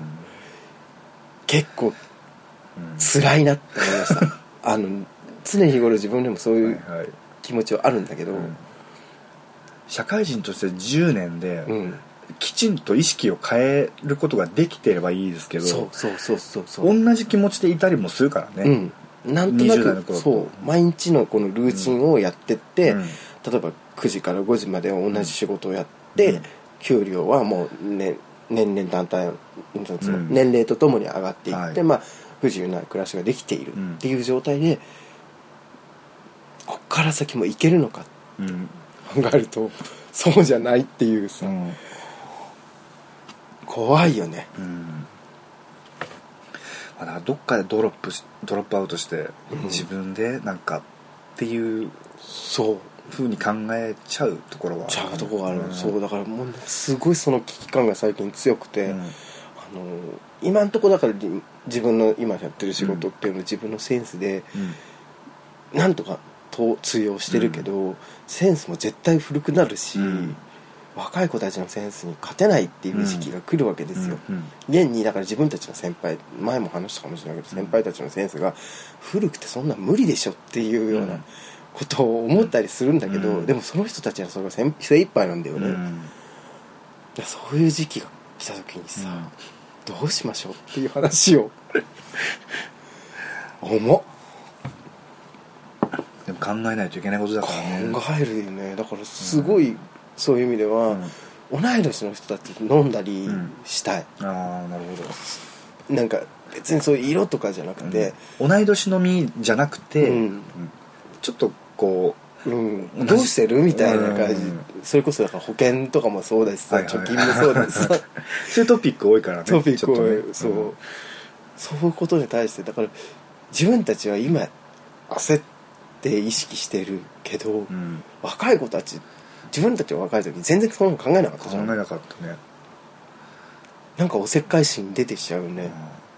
結構うん辛いなって思いました あの常日頃自分でもそういうはいはい気持ちはあるんだけど、うん社会人として10年で、うん、きちんと意識を変えることができてればいいですけどそうそうそうそうそう、同じ気持ちでいたりもするからね、うん、なんとな20代のく頃そう毎日のこのルーチンをやってって、うん例えば9時から5時まで同じ仕事をやって、うん給料はもう、ね、年々単体そのうん年齢とともに上がっていって、はいまあ、不自由な暮らしができているうっんていう状態で、こっから先もいけるのかってうん考えるとそうじゃないっていうさ、うん怖いよねうんまあだからどっかでドロップしドロップアウトして、うん自分でなんかっていうそうふうに考えちゃうところはちゃうとこがある、んそうだからもうすごいその危機感が最近強くて、うんあの今んとこだからり自分の今やってる仕事っていうのを自分のセンスでうんなんとかと通用してるけど、センスも絶対古くなるし、うん若い子たちのセンスに勝てないっていう時期が来るわけですよ、うんうん現にだから自分たちの先輩前も話したかもしれないけど先輩たちのセンスが古くてそんな無理でしょっていうよううなんことを思ったりするんだけど、うんでもその人たちはそれが精精一杯なんだようね、んだからそういう時期が来た時にさ、どうしましょうっていう話を重っでも考えないといけないことだからね考えるよねだからすごい、そういう意味では、同い年の人たちと飲んだりうんしたい、ああなるほどなんか別にそういう色とかじゃなくて、同い年のみじゃなくて、うんうんちょっとこうん同じどうしてるみたいな感じ、うんそれこそだから保険とかもそうだしさ、はいはい貯金もそうだしさう そういうトピック多いからねトピッちクょっを、とねそう、そういうことに対してだから自分たちは今焦って意識してるけど、うんうん若い子たち自分たちは若い時全然そんなの考えなかった考じえゃんななかったね、んかおせっかい心出てきちゃうね、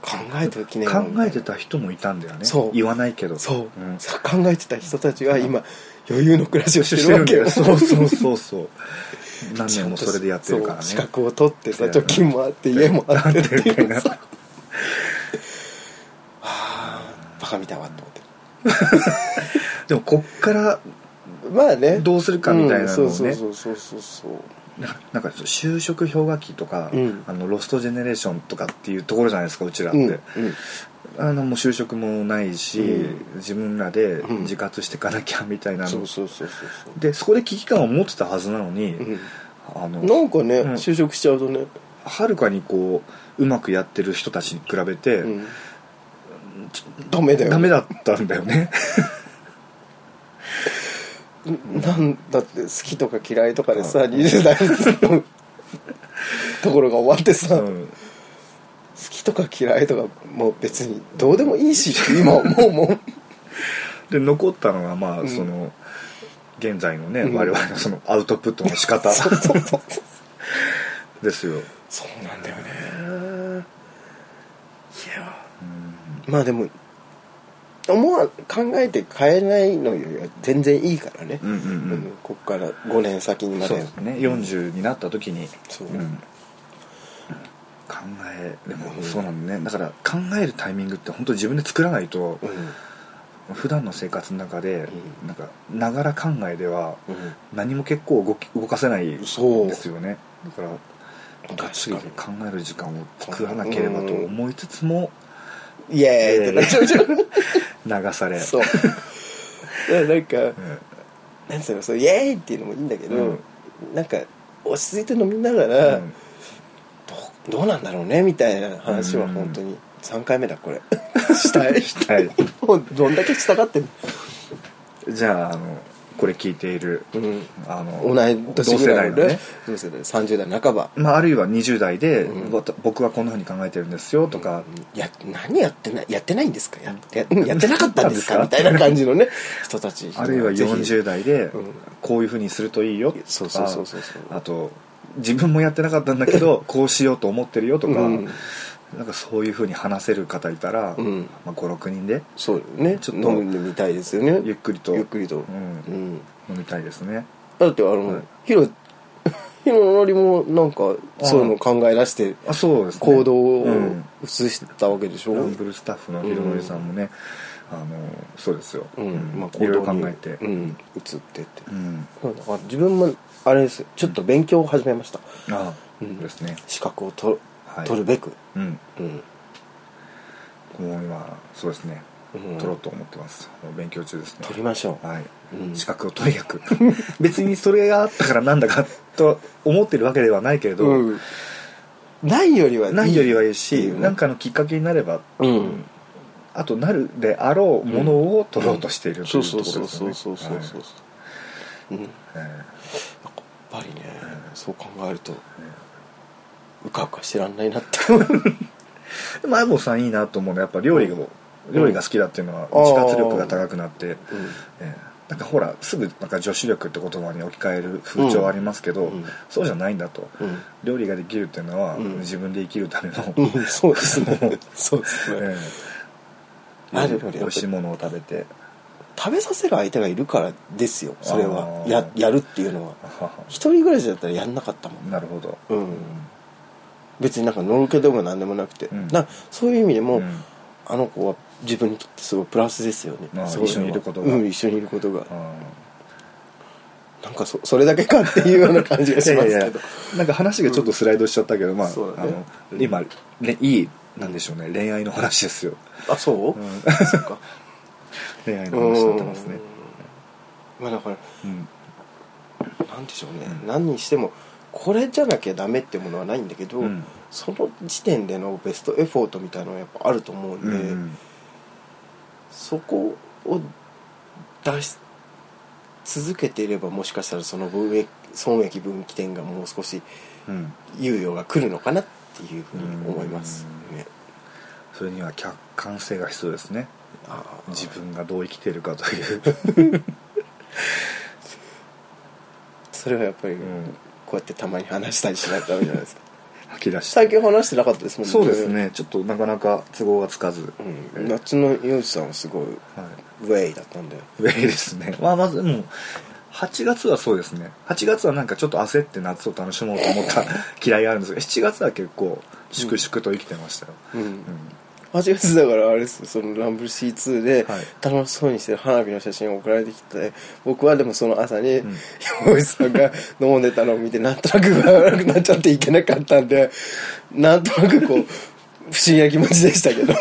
考えておきねよ考えてた人もいたんだよねそう言わないけどそう、んさ考えてた人たちが今余裕の暮らしをしてしるわけてるんよだよ そうそうそ うそう何年もそれでやってるからねそう資格を取ってさだよね貯金もあって家もあってってだよいうねさはあバカみたいわと思って でもこっからるまあねどうするかみたいなのをねうんそうそうそうそうそうななんかそう就職氷河期とか、うんあのロストジェネレーションとかっていうところじゃないですかうちらって、うんうんあのもう就職もないし、う自分らでうん自活していかなきゃみたいなの、そうそうそうそうでそこで危機感を持ってたはずなのに、そう、あうん、のなんかね、うん就職しちゃうとね、はるかにこううまくやってる人たちに比べて、うん、ダメだよダメだったんだよ ねなんだって好きとか嫌いとかでさ、20代のところが終わってさ、う好んきとか嫌いとかもう別にどうでもいいし今もうもうで残ったのがまあ、うんその現在のね、うん我々のそのアウトプットの仕方そうそうそうそう ですよ、そうなんだよねいやまあでも思わ考えて変えないのよりは全然いいからね、うんうんううんんこっから5年先にまそうでですね40になった時に、そううん考えでもそうなんだねだから考えるタイミングって本当自分で作らないとうん普段の生活の中でなんかながら考えではうん何も結構動き動かせないんですそうよねだからがっつり確考える時間を作らなければと思いつつもにイエーイってなっちゃうじゃん流されそう だからなんか、うんなんつうのそうイエーイっていうのもいいんだけど、うんなんか落ち着いて飲みながら、うんどどうなんだろうねみたいな話は本当に3回目だこ れしたいはいもうどんだけしたがってんのじゃああのこれ聞いているうんあの同い年ぐらいの同ね世代のね同世代30代半ばまあ、あるいは20代で、うんわた僕はこんなふうに考えてるんですよとか、や何やってないやってないんですかやややってなかったんですかみたいな感じのね人たちあるいはぜひ40代でうんこういうふうにするといいよとかそうそうそうそうそうあと自分もやってなかったんだけどこうしようと思ってるよとか、うんなんかそういうふうに話せる方いたら、うんまあ、56人でそうよねちちょょっっとと飲んでみたいですよねゆっくりとゆっくりとう、うんん飲みたいですねだってあの、ヒ ロヒロのりもなんかそういうのを考え出してあそうですね行動をうん移したわけでしょ、ランブルスタッフの広森さんもね、あのそうですよ、うんまあ、行いろいろ動考にえて、うん、移ってってう、んそうだから自分もあれですよちょっと勉強を始めました、あうそんうですね資格をとはい取るべく、うんうんもう今そうですねうん取ろうと思ってます、もう勉強中ですね取りましょう、はい、うん資格をとにかく 別にそれがあったからなんだかと思ってるわけではないけれど、うんないよりはいいないよりはいいし、うんなんかのきっかけになれば、うんあとなるであろうものを取ろうとしているとそいううとそうころそうですそようねそうそうそう、うん、やっはいえぱりねそう考えるとうかうかしてらんないなって思うえまあもさんいいなと思うのはやっぱ料理が、料理が好きだっていうのはうん自活力が高くなって、うんええなんかほらすぐなんか女子力って言葉に置き換える風潮ありますけど、うんそうじゃないんだと、うん料理ができるっていうのは、うん自分で生きるための、うえん、そうですねそうですね、え あるより美味しいものを食べて 食べさせる相手がいるからですよそれはあーややるっていうのはあはは一人暮らしだったらやんなかったもんなるほど、うん別になんかのろけでも何でもなくて、うんなそういう意味でも、うんあの子は自分にとってすごいプラスですよねまあそううのは一緒にいることがうん一緒にいることがうんなんかそそれだけかっていうような感じがしますけどいやいやなんか話がちょっとスライドしちゃったけど、まあ、そうあだねの今、ね、いいなんでしょうね恋愛の話ですよあそう、うんそっか恋愛うのん話になってますねまあだからうんなんでしょうね、何にしてもこれじゃなきゃダメってものはないんだけど、うんその時点でのベストエフォートみたいなのはやっぱあると思うんで、うんそこを出し続けていればもしかしたらその分益損益分岐点がもう少しうん猶予が来るのかなっていうふうに思いますね。それには客観性が必要ですねあー自分がどう生きてるか という、それはやっぱりんこうやってたまに話したりしないとダメじゃないですか吐き出して最近話してなかったですもんねそうです、ねちょっとなかなか都合がつかず、うん、夏の洋治さんはすごいはいウェイだったんで上ですね、まあ、まずでも8月はそうですね8月はなんかちょっと焦って夏を楽しもうと思った 嫌いがあるんですけど7月は結構粛々と生きてましたよ、うん、うん8月だからあれですよそのランブル C2 ではい楽しそうにしてる花火の写真が送られてきて僕はでもその朝にん洋一さんが飲んでたのを見てなんとなく具合悪くなっちゃっていけなかったんでなんとなくこう不思議な気持ちでしたけど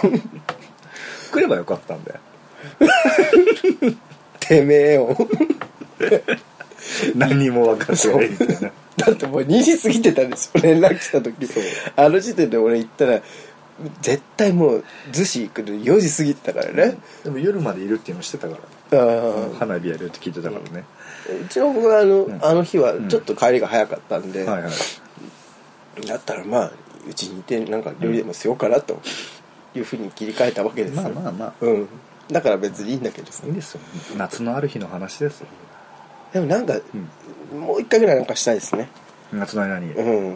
来ればよかったんでてめえよ何にも分かってないみたい なだってもう2時過ぎてたでしょ連絡来た時あの時点で俺行ったら絶対もう逗子行くの4時過ぎてたからね、でも夜までいるっていうのしてたから、あー花火やるって聞いてたからね、一応僕はあの,、んあの日はちょっと帰りが早かったんで、はいはいだったらまあうちにいてなんか料理でもしようかなというふうに切り替えたわけですよまあまあまあうん、だから別にいいんだけどさいいんですよ夏のある日の話ですよでもなんか、もう一回ぐらいなんかしたいですね夏の間に、うん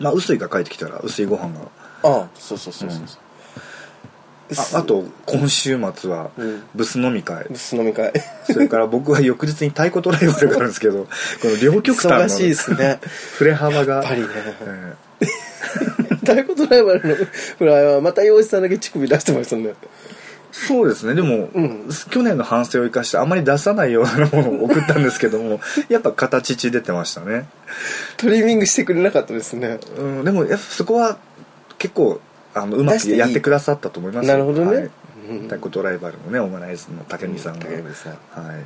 まあ薄いが帰ってきたら薄いご飯がああそうそうそうそうそうああと今週末はうんブス飲み会、ブス飲み会それから僕は翌日に太鼓トライバルがあるんですけ ど、この両極端の忙しい ですね振れ幅が。やっぱりねえ誰ことライバルのフライはまた洋一さんだけ乳首出してましたねえそうですね、でも、ん去年の反省を生かして、あまり出さないようなものを送ったんですけど も、やっぱ形出てましたね。トリミングしてくれなかったですねうん、でも、やっぱそこは結構、あのうま出しくていいやってくださったと思いますよなるほどねはいうん太鼓トライバルのね、オマナイズの竹見さんが。うん武見さんはい。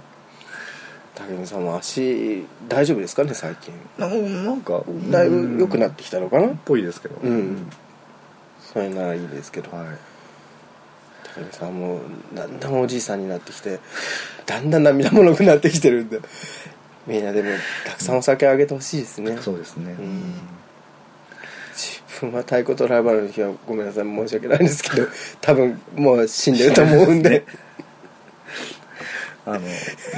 竹野さんは足大丈夫ですかね最近ななんか、だいぶ良くなっってきたのかなぽいですけど。うん、それならいいですけどはい。高見さんもだんだんおじいさんになってきてだんだん涙もろくなってきてるんでみんなでもたくさんお酒あげてほしいですねそうですね。ん自分は太鼓とライバルの日はごめんなさい申し訳ないんですけど多分もう死んでると思うん であの、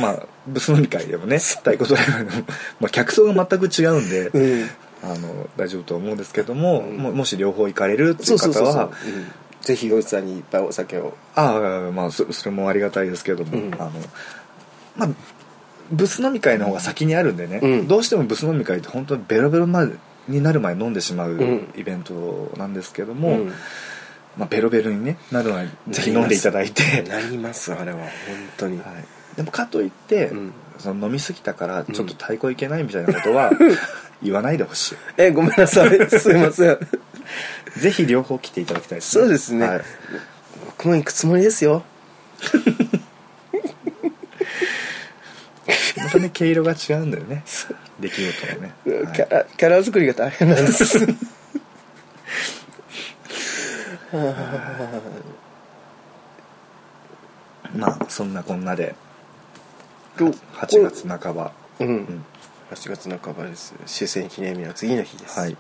まあ、ブス飲み会でもね、太鼓ドライバーでも、まあ、客層が全く違うんで、うんあの大丈夫と思うんですけども、ももし両方行かれるっていそううそう方そうそうは、うん、ぜひ洋一さんにいっぱいお酒をああまあそそれもありがたいですけども、うんあのまあブス飲み会の方が先にあるんでね、うんどうしてもブス飲み会って本当にベロベロまでになる前に飲んでしまううんイベントなんですけども、んまあ、ベロベロに、ね、なる前にぜひ飲んでいただいて、なりますあれは本当に、はい、でもかといって、うんその飲みすぎたからちょっと太鼓いけないみたいなこと は言わないでほしい、えごめんなさいすいま せんぜひ両方来ていただきたいですそうですねはい僕も行くつもりですよまたね毛色が違うんだよ ね出来事がね、キはいャラキャラ作りが大変なんです はあまあそんなこんなでどう8月半ば、うん、うん8月半ばです終戦記念日の次の日です、はい、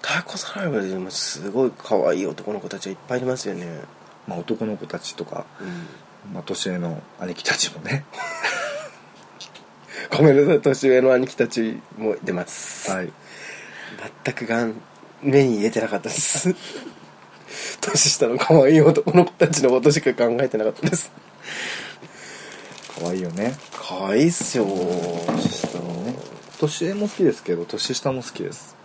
太鼓サライバルでもすごい可愛い男の子たちがいっぱいいますよね、まあ、男の子たちとか、うん、まあ、年上の兄貴たちもね、ごめんなさい年上の兄貴たちも出ます、はい、全くがん目に入れてなかったです 年下の可愛い男の子たちのことしか考えてなかったです可愛いよね可愛いっすよ年下のね年上も好きですけど年下も好きです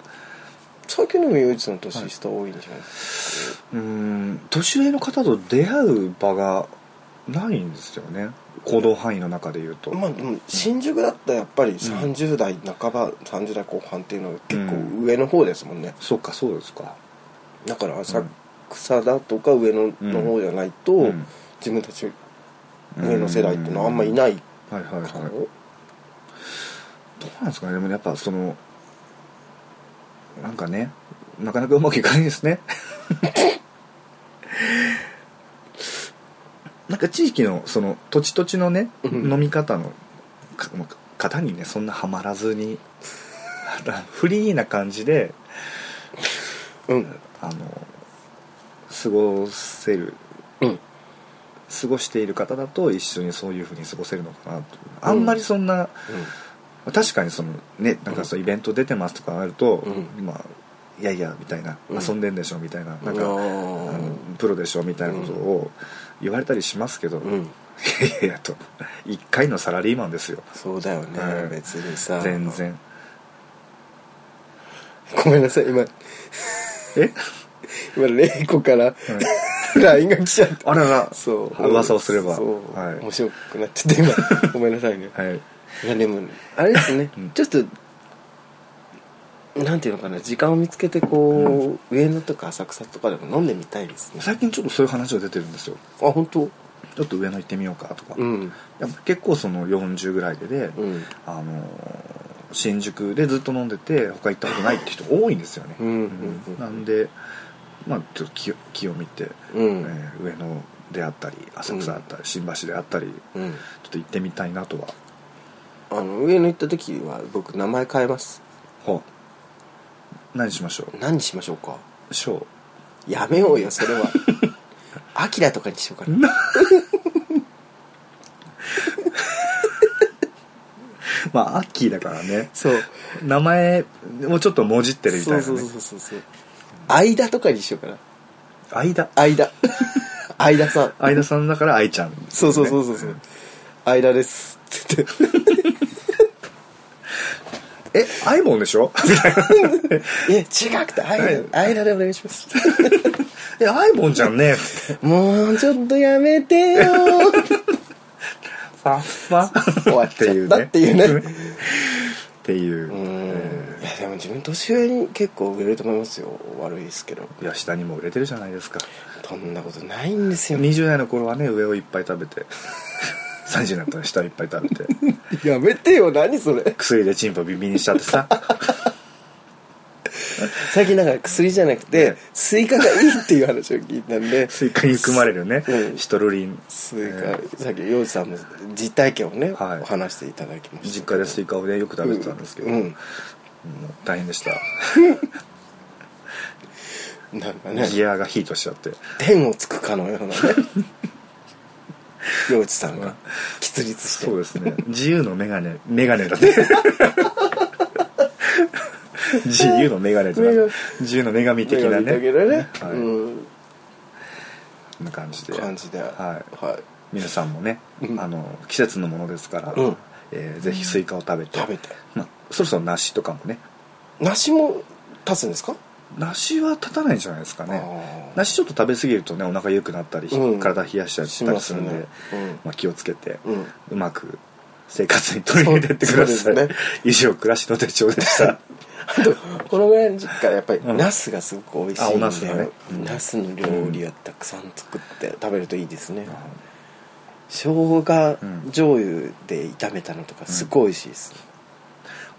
最近でも洋一さん年下多いんじゃないですうーん年上の方と出会う場がないんですよね行動範囲の中で言うと、か、まあでも新宿だったらやっぱり30代半ば、30代後半っていうのは結構上の方ですもんね、そうかそうですかだから浅草だとか上野の方じゃないと、うん自分たち上の世代っていうのはあんまいないはいはいはいかどら、うなんですかねでもやっぱそのなんかねなかなかうまくいかないで すねなんか地域のその土地土地のね、うん飲み方のか方にねそんなハマらずにフリーな感じでうんあの過ごせるうん過ごしている方だと一緒にそういうふうに過ごせるのかなとあんまりそんな、確かにそのねなんかそのイベント出てますとかあると、うまあいやいやみたいな、うん遊んでんでしょみたいななんあか、あーのプロでしょみたいなことを言われたりしますけど、ういんやいやと1回のサラリーマンですよそうだよね、うん別にさ全然ごめんなさい今え、 今玲子からはい LINE が来ちゃったあららそう噂をすればそう、はい面白くなっちゃって今ごめんなさいねはいいやでもあれですね、うんちょっとなんていうのかな時間を見つけてこう、上野とか浅草とかでも飲んでみたいですね最近ちょっとそういう話が出てるんですよあ本当ちょっと上野行ってみようかとか、うんやっぱ結構その40ぐらいでで、うんあのー新宿でずっと飲んでて他行ったことないって人多いんですよね、うんうんうんうなんでまあちょっと気を気を見て、うんえー上野であったり浅草であったり、新橋であったりちょうんっと行ってみたいなとは、あの上野行った時は僕名前変えますほう何しましょ何にしましょうかうショーやめようよそれ はアキラとかにしようかなまあアッキーだからねそう名前もちょっともじってるみたいそな、うね、そうそうそうそう間とかにしようかな間間 間さん間さんだから愛ちゃん、そうそうそうそうそう間ですって言ってえ愛もんでしょ「いや違くて間間でお願いします」え愛もんじゃんねもうちょっとやめてよ ファ ッファ終わっちゃったっていうねっていう、うえんいやでも自分年上に結構売れると思いますよ悪いですけどーいや下にも売れてるじゃないですかそんなことないんですよ20代の頃はね上をいっぱい食べて 30になったら下をいっぱい食べてやめてよ何それ薬でチンポビンビンにしちゃってさ 最近だから薬じゃなくてスイカがいいっていう話を聞いたんで スイカに含まれるね、うんシトルリンスイえカーさっき洋治さんも実体験をね、はいお話していただきました実家でスイカをねよく食べてたんですけど、うんもう大変でしたうんなんかねギアがヒートしちゃって天をつくかの ようなね洋治さんが喫立して そうですね自由の眼鏡眼鏡だね自由の女神とか女神自由の女神的なだけねどね、はいうんこんな感じで感じでは、はい皆さんもね、うんあの季節のものですから、うんえーぜひスイカを食べて食べてまあ、そろそろ梨とかもね梨も立つんですか、梨は立たないんじゃないですかねあ梨ちょっと食べ過ぎるとねお腹良くなったり、うん体冷やしちゃーったりするんうで、んまあ、気をつけて、うんうまく生活に取り入れてってくだそさうい、そうです以上暮らしの手帳でしたあとこのぐらいの時期からやっぱりうんナスがすごく美味しいんで、あお茄子がねうんナスの料理をたくさん作って食べるといいですね、生姜醤油で炒めたのとかすごい美味しいです、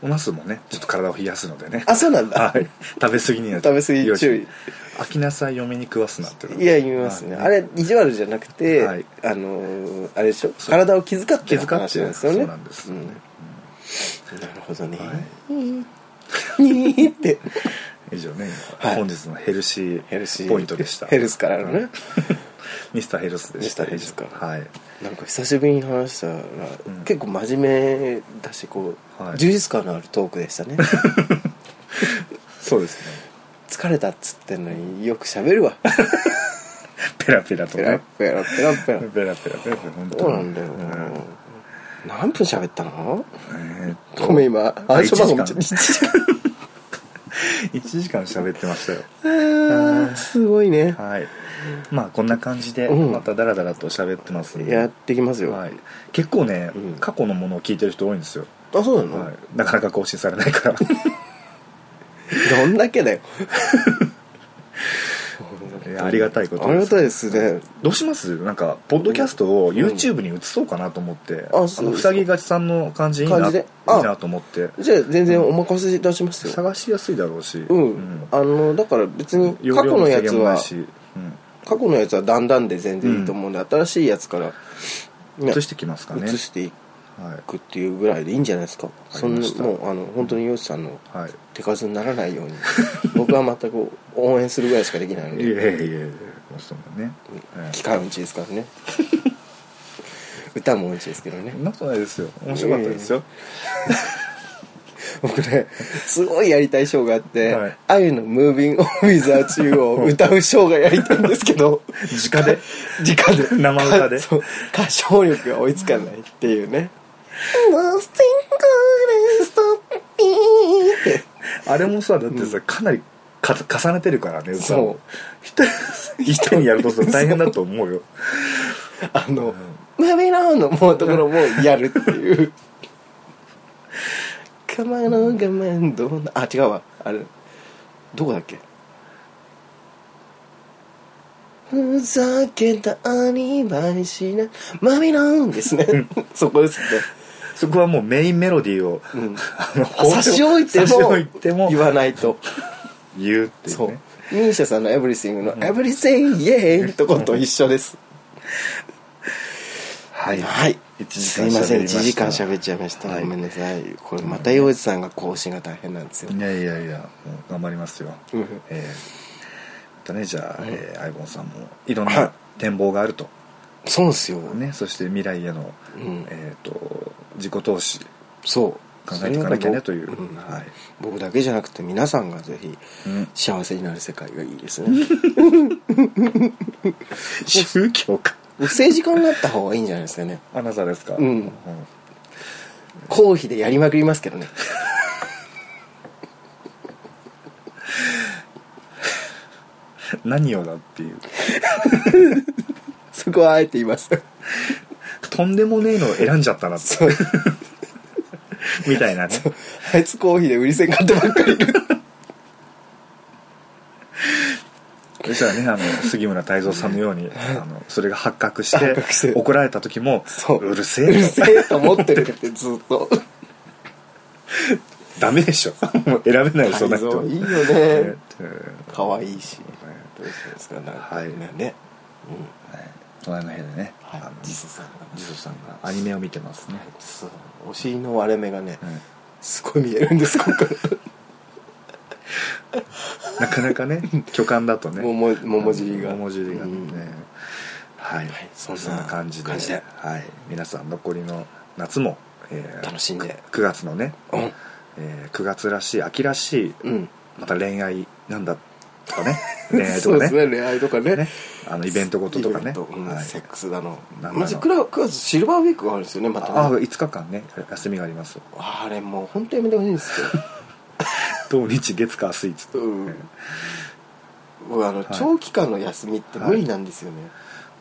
お茄子もねちょっと体を冷やすのでねあそうなんだ、はい食べ過ぎには食べ過ぎ注意要飽きなさい嫁に食わすなってこといや言いますね、あれ意地悪じゃなくて、はいあのーあれでしょそう体を気遣って気の遣っ話てなんですよねそうなんですよね、うんなるほどね、は にーって以上ね、はい本日のヘルシヘルシーーポイントでしたヘルスからのね、ミスターヘルスでしたミスターヘルスかはいなんか久しぶりに話したら、ん結構真面目だしこう、はい充実感のあるトークでした ねそうですね疲れたっつってんのによく喋るわペラ ペラとペラねペラペラペペララペラペラペラ本当そうなんだよ、何分喋ったのえーっとごめん今暗証番号見ちゃっ1た1時間喋ってましたよあーすごいねはいまあこんな感じでうんまたダラダラと喋ってますんで、やってきますよ、はい、結構ね、うん過去のものを聞いてる人多いんですよ、あそうなの、はい、なかなか更新されないからどんだけだよいやありがたいことありがたいですねどうしますなんかポッドキャストを YouTube に移そうかなと思って、あそうのでふすかさぎがちさんの感じいい感なじであいいなと思ってじゃあ全然お任せいたしますよ探しやすいだろうし、うん、あのだから別に容過量去のもやつ制限もはないしうん過去のやつはだんだんで全然いいと思うんで、新しいやつから、ね移してきますかね移していはくっていうぐらいでいいんじゃないですかそんまなしたもうあの本当にヨシさんのい、はい、手数にならないように 僕は全く応援するぐらいしかできないのいやでいやいやいやそうだね、え機械音痴ですからね 歌も音痴ですけどねえそんなことないですよ面白かったですよ、僕ねすごいやりたいショーがあってはい「あゆのムービング・オブ・ウィザー・チュー」を歌うショーがやりたいんですけど直で 直で生歌で そう歌唱力が追いつかないっていうね「ってあれもさだってさ、かなりか重ねてるからね歌をそ一人一人にやるとさ大変だと思うよあの「ムービーラウンド」もうところもやるっていう「カマの画面どうな」あ違うわあれどこだっけふざけたアニバイしないマミラウンですねそこですねそこはもうメインメロディーを、うん あの放差し置いて差しも置いても言わないと言うっていうそうねミーシャさんの「エブリシング」の「エブリシングイエーイ!」とこと一緒 ですはい、はい。一時す間いません、喋りました1時間喋っちゃいました。はいごめんなさい。これまた洋一さんが更新が大変なんですよ。いやいやいやもう頑張りますよ、うんえー、またねじゃあ、うんえーアイボンさんもいろんはいな展望があると、そうですよ。ね、そして未来への、うんえー、と自己投資そう。考えていかなきゃねという、それは僕んはい、僕だけじゃなくて皆さんがぜひうん幸せになる世界がいいです ね。宗教か政治家になった方がいいんじゃないですかね。あなたですかうん公費でやりまくりますけどね。何をだっていうそこはあえて言います。とんでもねえのを選んじゃったなってそう。 みたいなねあいつ公費で売り線買ってばっかりいる。そしたらねあの杉村太蔵さんのよう にあのそれが発覚して発覚して怒られた時もそうるせうえるよせえと思ってるってずっと。ダメでしょ もう選べないよそんな人改造いいよえね。ー可愛いし。どうしてですかなんかはいね。隣の部屋でねあのジソさんがジソさんがアニメを見てますねそうお尻の割れ目がね、うんすごい見えるんですここかなかなかね 巨漢だとらねもも桃尻が桃尻がね、うんはい、はいそそんんなな感じで感じではい、皆さん残りの夏も、えー 楽しんでく9月のね、うんえー9月らしい秋らしいうんまた恋愛なんだと かね恋愛とそかねうですね恋愛とかねねあのイベントごととイかベねン、トうんはいセックスだのなまずクラクラスシルバーウィークがあるんですよねまたねああ5日間ね休みがありますあれもう本当やめてほしいんですよ土日月火水 つってうん僕あの、い長期間の休みって無理なんですよね、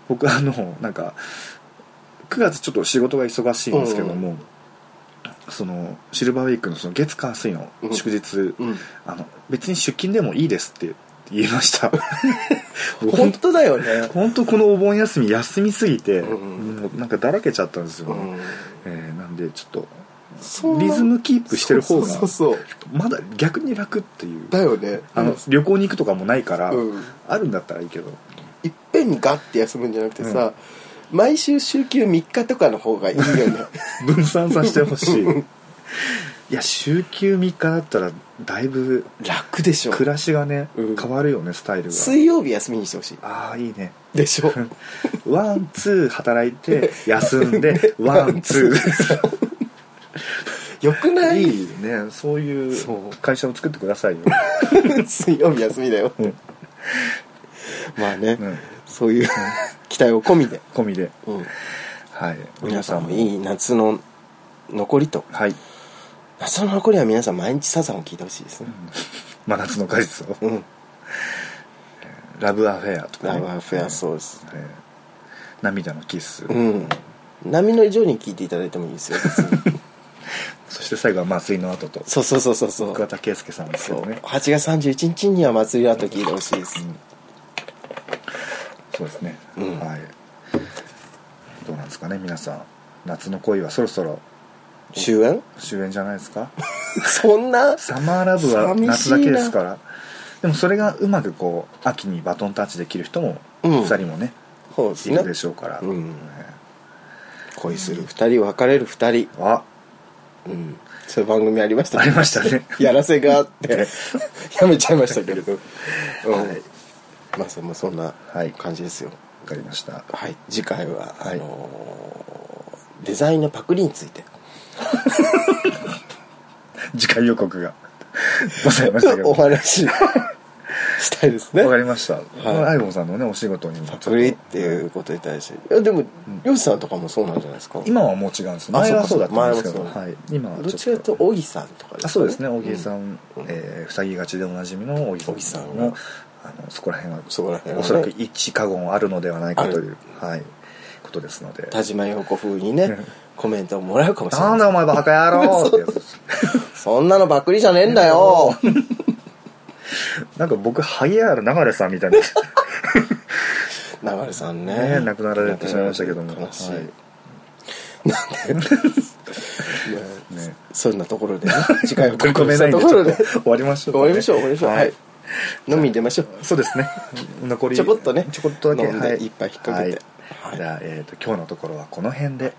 僕あのなんか9月ちょっと仕事が忙しいんですけども、そのシルバーウィークのその月火水の祝日、うんあの別に出勤でもいいですって言いました 僕本当だよね本当このお盆休み休みすぎて、うんもうなんかだらけちゃったんですよ、うんえーなんでちょっとそんなリズムキープしてる方がそうそうそうまだ逆に楽っていうだよねあの旅行に行くとかもないから、うんあるんだったらいいけどいっぺんにガッて休むんじゃなくてさ、毎週週休3日とかの方がいいよね分散させてほしいいや週休3日だったらだいぶ 楽でしょ暮らしがね、うん変わるよねスタイルが水曜日休みにしてほしいああいいねでしょ ワンツー働いて休んでワンツよくなーいいいねそういそうう会社を作ってくださいよ、水曜日休みだよって、うんまあね、うんそういう期待を込みで、込みでうんはい皆さんもいいい夏の残りとはい夏の残りは皆さん毎日サザンを聴いてほしいですね真夏の果実をうん、ラブアフェアとかラね、ブアフェアそうですえー涙のキス、うん波の以上に聴いていただいてもいいですよ別 にそして最後は松井の後とそうそうそうそうそう桑田佳祐さんですけそうどね8月31日には祭りだと聞いてほしいです、そうですね、うんはいどうなんですかね皆さん夏の恋はそろそろ終焉 終焉じゃないですかそんなサマーラブは寂しい夏なだけですからでもそれがうまくこう秋にバトンタッチできる人もうん2人もね、そうですいねるでしょうから、うんね恋する2人別れる2あ人、うん、そういう番組ありましたありましたねやらせがあって やめちゃいましたけれど、うんはいまあそ,、まあ、そんなはい感じですよわかりましたはい、次回は、はあいのーデザインのパクリについて次回予告がございましたけどおわ 話したいですねかりました、いアイボンさんのねお仕事にもちょパっとクリっていうことに対していやでも漁師さんとかもそうなんじゃないですか今はもう違うんですあ前はそうだったんですけそど、うかそうかはい、今はどちちょらっかというとと小木さんとかあそうですね小木さ、うんえー、塞ぎがちでおなじみの小木さ小ん木さんのがあのそこら辺はそこら辺はねおそらく一過言あるのではないかといあう、はい、ことですので田島陽子風にねんコメントをもらうかも「しれななんいだお前バカ野郎」ってやつですそんなのパクリじゃねえんだよなんか僕萩原流れさんみたい な流さんねね亡くなられてしまいましたけども悲しい、はいまあね そんなところでね次回は ごめんないんとでころでちょっと終わりましょう終かねわりましょう終わりましょうははいい飲みに出ましょうそうです ね残りちょこっとねちょこっとだけ飲んではい一杯引っ掛けてはいじゃあ、えー、と今日のところはこの辺で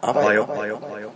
ああばばよよあばよあばよ